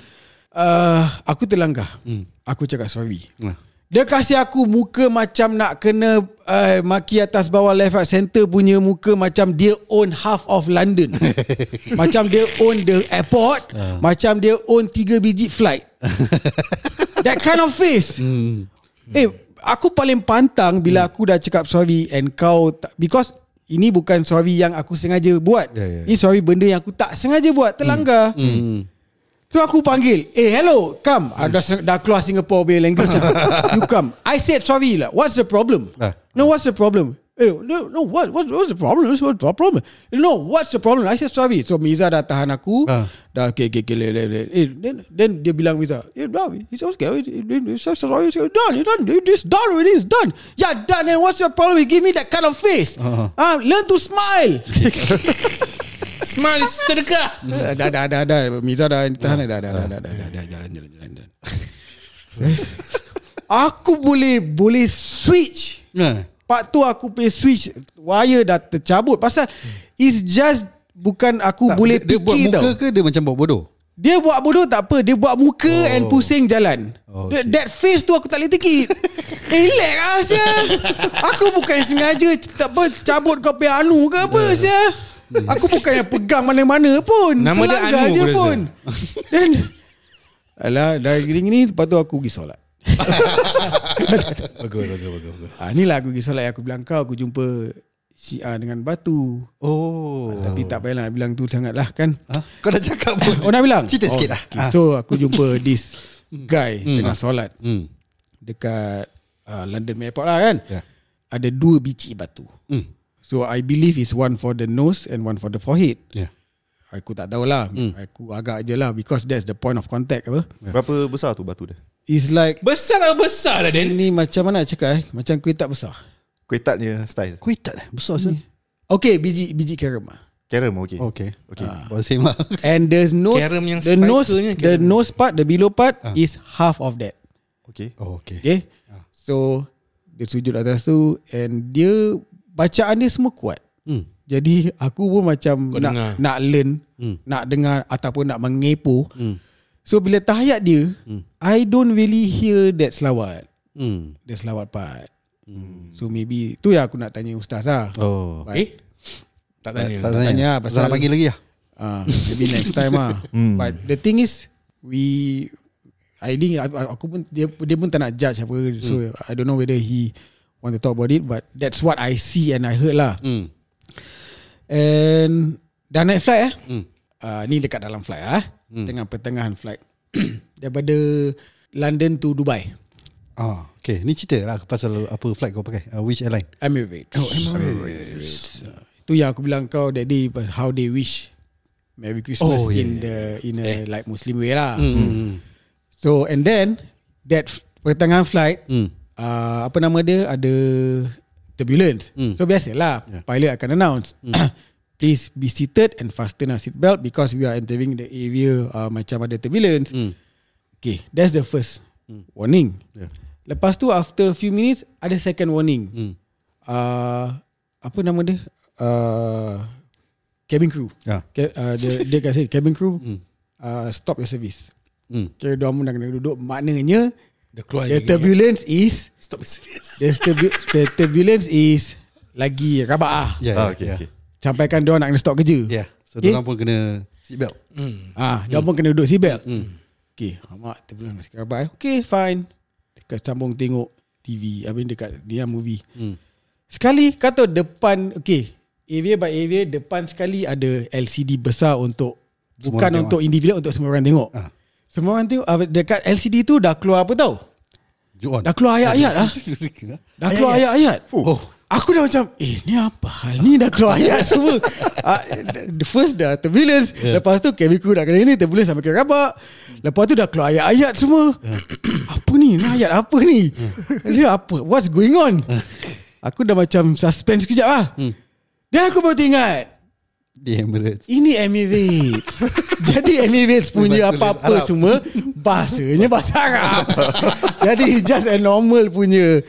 S6: uh, Aku terlanggar hmm. Aku cakap sorry
S5: Nah.
S6: Dia kasih aku muka macam nak kena uh, Maki atas bawah left right center punya muka Macam dia own half
S5: *laughs*
S6: of London Macam dia own the airport
S5: Ah.
S6: uh. Macam dia own tiga
S5: *laughs*
S6: biji flight That kind of face hmm. Eh Aku paling pantang
S5: Hmm.
S6: Bila aku dah cakap sorry And kau tak, Because Ini bukan sorry yang aku sengaja buat
S5: Ya, ya, ya.
S6: Ini sorry benda yang aku tak sengaja buat Terlanggar
S5: Hmm.
S6: Tu aku panggil Eh hello Come ah, dah, dah keluar Singapore punya language lah.
S5: *laughs*
S6: You come I said sorry lah What's the problem
S5: Ah.
S6: No what's the problem Eh, no, no what, what what's the problem? What's the problem? No, what's the problem? I said sorry. So Miza dah tahan aku.
S5: Ah.
S6: Dah okay, okay, okay, le, le, le. Eh, then, then dia bilang Miza, eh, dah, it's okay. It- it- it- It's sorry. It's done, it's done. It's done already. It's done. Yeah, done. And what's your problem? You give me that kind of face.
S5: Ah.
S6: Ah, learn to
S5: *laughs*
S6: smile.
S1: Smile is sedekah
S6: dah Eh, dah dah dah dah Miza dah tahan dah dah dah dah dah dah jalan jalan jalan jalan. *laughs* Aku boleh boleh switch.
S5: Nah.
S6: Part tu aku boleh switch wire dah tercabut pasal it's just bukan aku Hmm. tak, boleh
S5: dia, dia buat
S6: fikir
S5: muka
S6: tau.
S5: ke dia macam buat bodoh?
S6: Dia buat bodoh tak apa Dia buat muka oh. and pusing jalan
S5: Oh,
S6: oh,
S5: okay.
S6: okay. That face tu aku tak boleh tekit Eh relax lah Sia Aku bukan sengaja Tak apa Cabut kau punya anu ke apa Sia Aku bukan yang pegang mana-mana pun
S1: Nama dia
S6: Terlanggar
S1: Anu
S6: je
S1: aku rasa.
S6: pun Then Alah dah gini-gini Lepas tu aku pergi solat
S1: Bagus bagus bagus, bagus.
S6: Ah, lah ha, Inilah aku pergi solat yang aku bilang kau Aku jumpa Syiah dengan batu
S5: Oh.
S6: oh. Tapi tak payahlah bilang tu sangatlah kan
S5: Ha? *laughs* Kau dah cakap pun.
S6: *laughs* Oh nak bilang?
S5: Cerita
S6: oh,
S5: sikit lah.
S6: Okay. So aku jumpa this guy hmm. tengah solat
S5: Hmm.
S6: dekat uh, London May Airport lah kan.
S5: Yeah.
S6: Yeah. Ada dua biji batu.
S5: Hmm.
S6: So I believe is one for the nose and one for the forehead.
S5: Yeah.
S6: Aku tak tahulah. Hmm. Aku agak je lah because that's the point of contact apa.
S2: Berapa besar tu batu dia?
S6: It's like
S1: Besar tak besar lah Dan
S6: ni macam mana nak cakap eh? Macam kuih tak besar.
S2: Kuitatnya style.
S5: Kuih tak dah besar Sun.
S6: Okay, biji biji carom lah.
S2: Carom okay.
S5: Okay.
S2: Okay.
S6: Ah.
S5: Well, same lah.
S6: And the nose,
S1: Carom yang
S6: the nose,
S1: strikernya
S6: the
S1: carom.
S6: nose part, the below part
S5: Ah.
S6: is half of that.
S2: Okay.
S5: Oh, okay.
S6: Okay So Dia sujud atas tu And dia Bacaan dia semua kuat
S5: Hmm.
S6: Jadi aku pun macam
S1: Kau
S6: Nak
S1: dengar.
S6: nak learn
S5: Hmm.
S6: Nak dengar Ataupun nak mengepo So bila tahayat dia I don't really hear that selawat
S5: Hmm.
S6: The selawat part So maybe Tu yang aku nak tanya ustaz lah
S5: Oh.
S6: But-
S1: Eh Tak tanya
S5: Tak
S6: tanya
S5: tanya.
S6: lah pasal-
S5: Pasal nak panggil lagi lah.
S6: Ah, maybe next time ah. But the thing is we I think I- aku pun dia, dia pun tak nak judge apa so I don't know whether he want to talk about it but that's what I see and I heard lah.
S5: Hmm.
S6: And dah naik flight eh. Mm. Uh, ni dekat dalam flight ah. Mm. Tengah pertengahan flight. *clears throat* Daripada London to Dubai.
S5: Ah, okay. Ni cerita lah pasal apa flight kau pakai. Uh, which airline?
S6: Emirates. Oh, Emirates. Uh, tu yang aku bilang kau that day pas- how they wish Merry Christmas
S5: Oh,
S6: oh,
S5: yeah,
S6: yeah, in the in a like Muslim way lah. Mm. So and then that f- pertengahan flight mm. uh, apa nama dia ada turbulence. Mm. So biasalah yeah. pilot akan announce mm. *coughs* please be seated and fasten our seat belt because we are entering the area uh, macam ada turbulence. Mm. Okay, that's the first hmm. warning. Yeah. Lepas tu after few minutes ada second warning. Hmm. Uh, apa nama dia? Uh, cabin crew.
S5: Ah.
S6: Ca- uh, dia, dia kasi cabin crew *laughs* hmm. uh, stop your service. Hmm. Kira dia orang dah kena duduk maknanya
S1: Dia keluar
S6: the
S1: lagi. eh?
S6: turbulence is
S1: Stop the service
S6: the, turbu- the turbulence is lagi rabak ah.
S5: Yeah,
S2: Ah,
S5: yeah,
S2: okay,
S5: yeah.
S2: okay.
S6: Sampaikan dia orang nak kena stop kerja.
S5: Yeah. ya, So,
S6: Okay.
S5: diorang pun kena seatbelt.
S6: Ah, dia pun kena duduk seatbelt. Hmm. Okay, amak terbelah masih kerabat. Okay, fine. Dekat sambung tengok TV. Habis dekat dia movie. Hmm. Sekali kata depan, okay. Area by area, depan sekali ada LCD besar untuk,
S5: Semua
S6: semua bukan
S5: orang
S6: untuk individu, untuk semua orang tengok.
S5: Ah.
S6: Semua orang tengok, ah, dekat LCD tu dah keluar apa tau?
S5: Juon.
S6: Dah keluar ayat-ayat
S5: *laughs*
S6: lah. Dah keluar ayat-ayat. Oh. Aku dah macam Eh ni apa hal ni Dah keluar ayat *laughs* semua Ah, the First dah turbulence yeah. Lepas tu Kemiku dah kena ni Turbulence sampai ke rabak Lepas tu dah keluar ayat-ayat semua *clears throat* Apa ni Ni ayat apa ni Ni apa What's going on Aku dah macam Suspense sekejap lah Dan aku baru teringat
S5: Di Emirates.
S6: ini
S5: *laughs*
S6: Emirates. Jadi Emirates
S5: Memang
S6: punya
S5: tulis
S6: apa-apa
S5: Arab.
S6: semua bahasanya bahasa
S5: *laughs*
S6: Arab. Jadi it's just a normal punya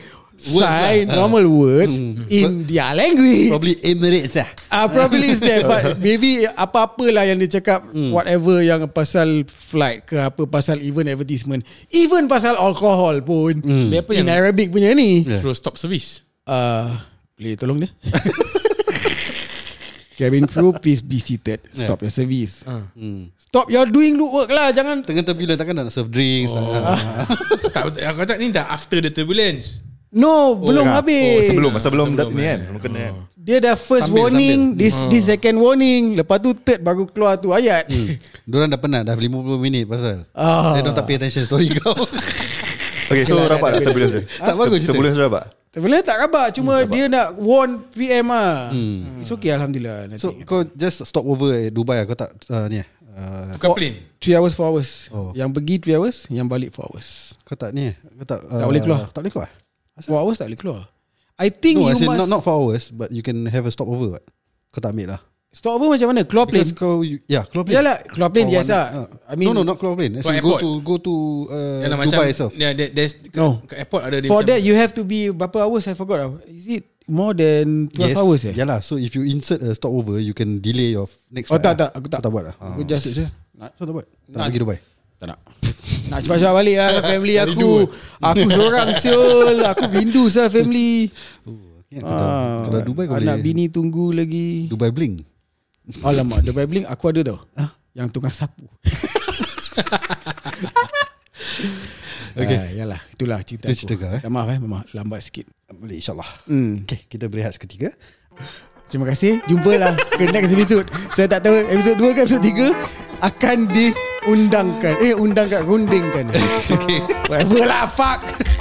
S5: lah.
S6: sign, normal words in their language.
S5: Ha. Hmm. Probably Emirates lah.
S6: Ah, probably is there But
S5: *laughs*
S6: maybe Apa-apalah yang dia cakap
S5: Hmm.
S6: Whatever yang pasal Flight ke apa Pasal even advertisement Even pasal alkohol pun
S5: Hmm.
S1: Dia apa yang-
S6: In Arabic punya ni
S1: Suruh stop service
S6: uh, Boleh tolong *laughs* dia Cabin crew Please be seated Stop your service
S1: Ah.
S5: Hmm.
S6: Stop your doing good work lah Jangan
S5: Tengah terbilang tangan nak serve drinks. Oh.
S1: Ah. *laughs* Tak aku kata ni dah after the turbulence
S6: No
S5: Oh,
S6: Belum
S5: ya.
S1: tak.
S6: habis
S2: Sebelum masa belum dah ni kan. Belum kena kan.
S6: Dia dah first
S5: Sambil,
S6: warning
S5: sambil.
S6: This this second warning Lepas tu third Baru keluar tu ayat
S5: Diorang dah penat dah 50 minit pasal.
S6: *laughs* Ah.
S5: Dia Hmm. tak pay attention story
S6: *laughs*
S5: kau.
S2: Okay, so
S6: lah,
S2: rapat tak turbulence dia?
S5: Tak bagus cerita.
S2: Turbulence dia rapat?
S6: Sebenarnya tak rabak
S5: Hmm,
S6: Cuma dia nak warn PM lah hmm. It's okay Alhamdulillah nanti.
S5: so kau just stop over at Dubai lah. kau tak uh, ni eh, uh,
S1: Bukan plane
S6: 3 hours 4 hours
S5: Oh.
S6: Yang pergi 3 hours Yang balik 4 hours
S5: kau tak ni eh, kau tak uh,
S6: Tak boleh keluar.
S5: Tak boleh keluar.
S6: 4 hours tak boleh keluar I think
S5: No,
S6: you
S5: as in
S6: must
S5: not not for hours but you can have a stop over what. Kau tak ambil lah.
S6: Stop apa macam mana Keluar plane
S5: Because kau you, yeah, keluar plane.
S6: Yalah, keluar plane,
S5: For one
S6: yes lah.
S5: night.
S6: I
S5: no
S6: mean-
S5: no not keluar plane. As
S1: Keluar
S5: in go
S1: airport.
S5: to go to uh,
S1: Yalah,
S5: Dubai itself.
S1: yeah, Ya, there, there's,
S6: No.
S1: kat Airport ada dia
S6: For
S1: macam-
S6: that you have to be Berapa hours I forgot lah. Is it more than 12
S5: Yes.
S6: hours eh
S5: Yalah, so if you insert a stopover, you can delay your f- next
S6: Oh,
S5: flight
S6: tak,
S5: lah.
S6: tak, aku tak.
S5: Kau
S6: Ah.
S5: tak buat lah.
S6: Aku just
S5: Nak, so tak buat. Tak nak pergi Dubai.
S6: Tak nak Nak cepat-cepat balik
S5: *laughs*
S6: lah Family aku Aku seorang siul Aku rindu sah family Ah.
S5: Ya, kalau, kalau Dubai kau boleh.
S6: Anak bini tunggu lagi
S5: Dubai bling.
S6: Alamak Dubai Bling aku ada tau Yang tukang
S5: *laughs*
S6: sapu Okay uh, Yalah Itulah cerita
S5: Itu cerita
S6: aku
S5: kau, eh?
S6: Dah Maaf eh Maaf lambat sikit
S5: Boleh insyaAllah.
S6: hmm.
S5: Okay, kita Eh, berehat seketika.
S6: Terima kasih Jumpa lah Ke next episode Saya tak tahu Episode 2 ke episode 3 Akan diundangkan Eh undangkan Gundingkan Okay Whatever lah fuck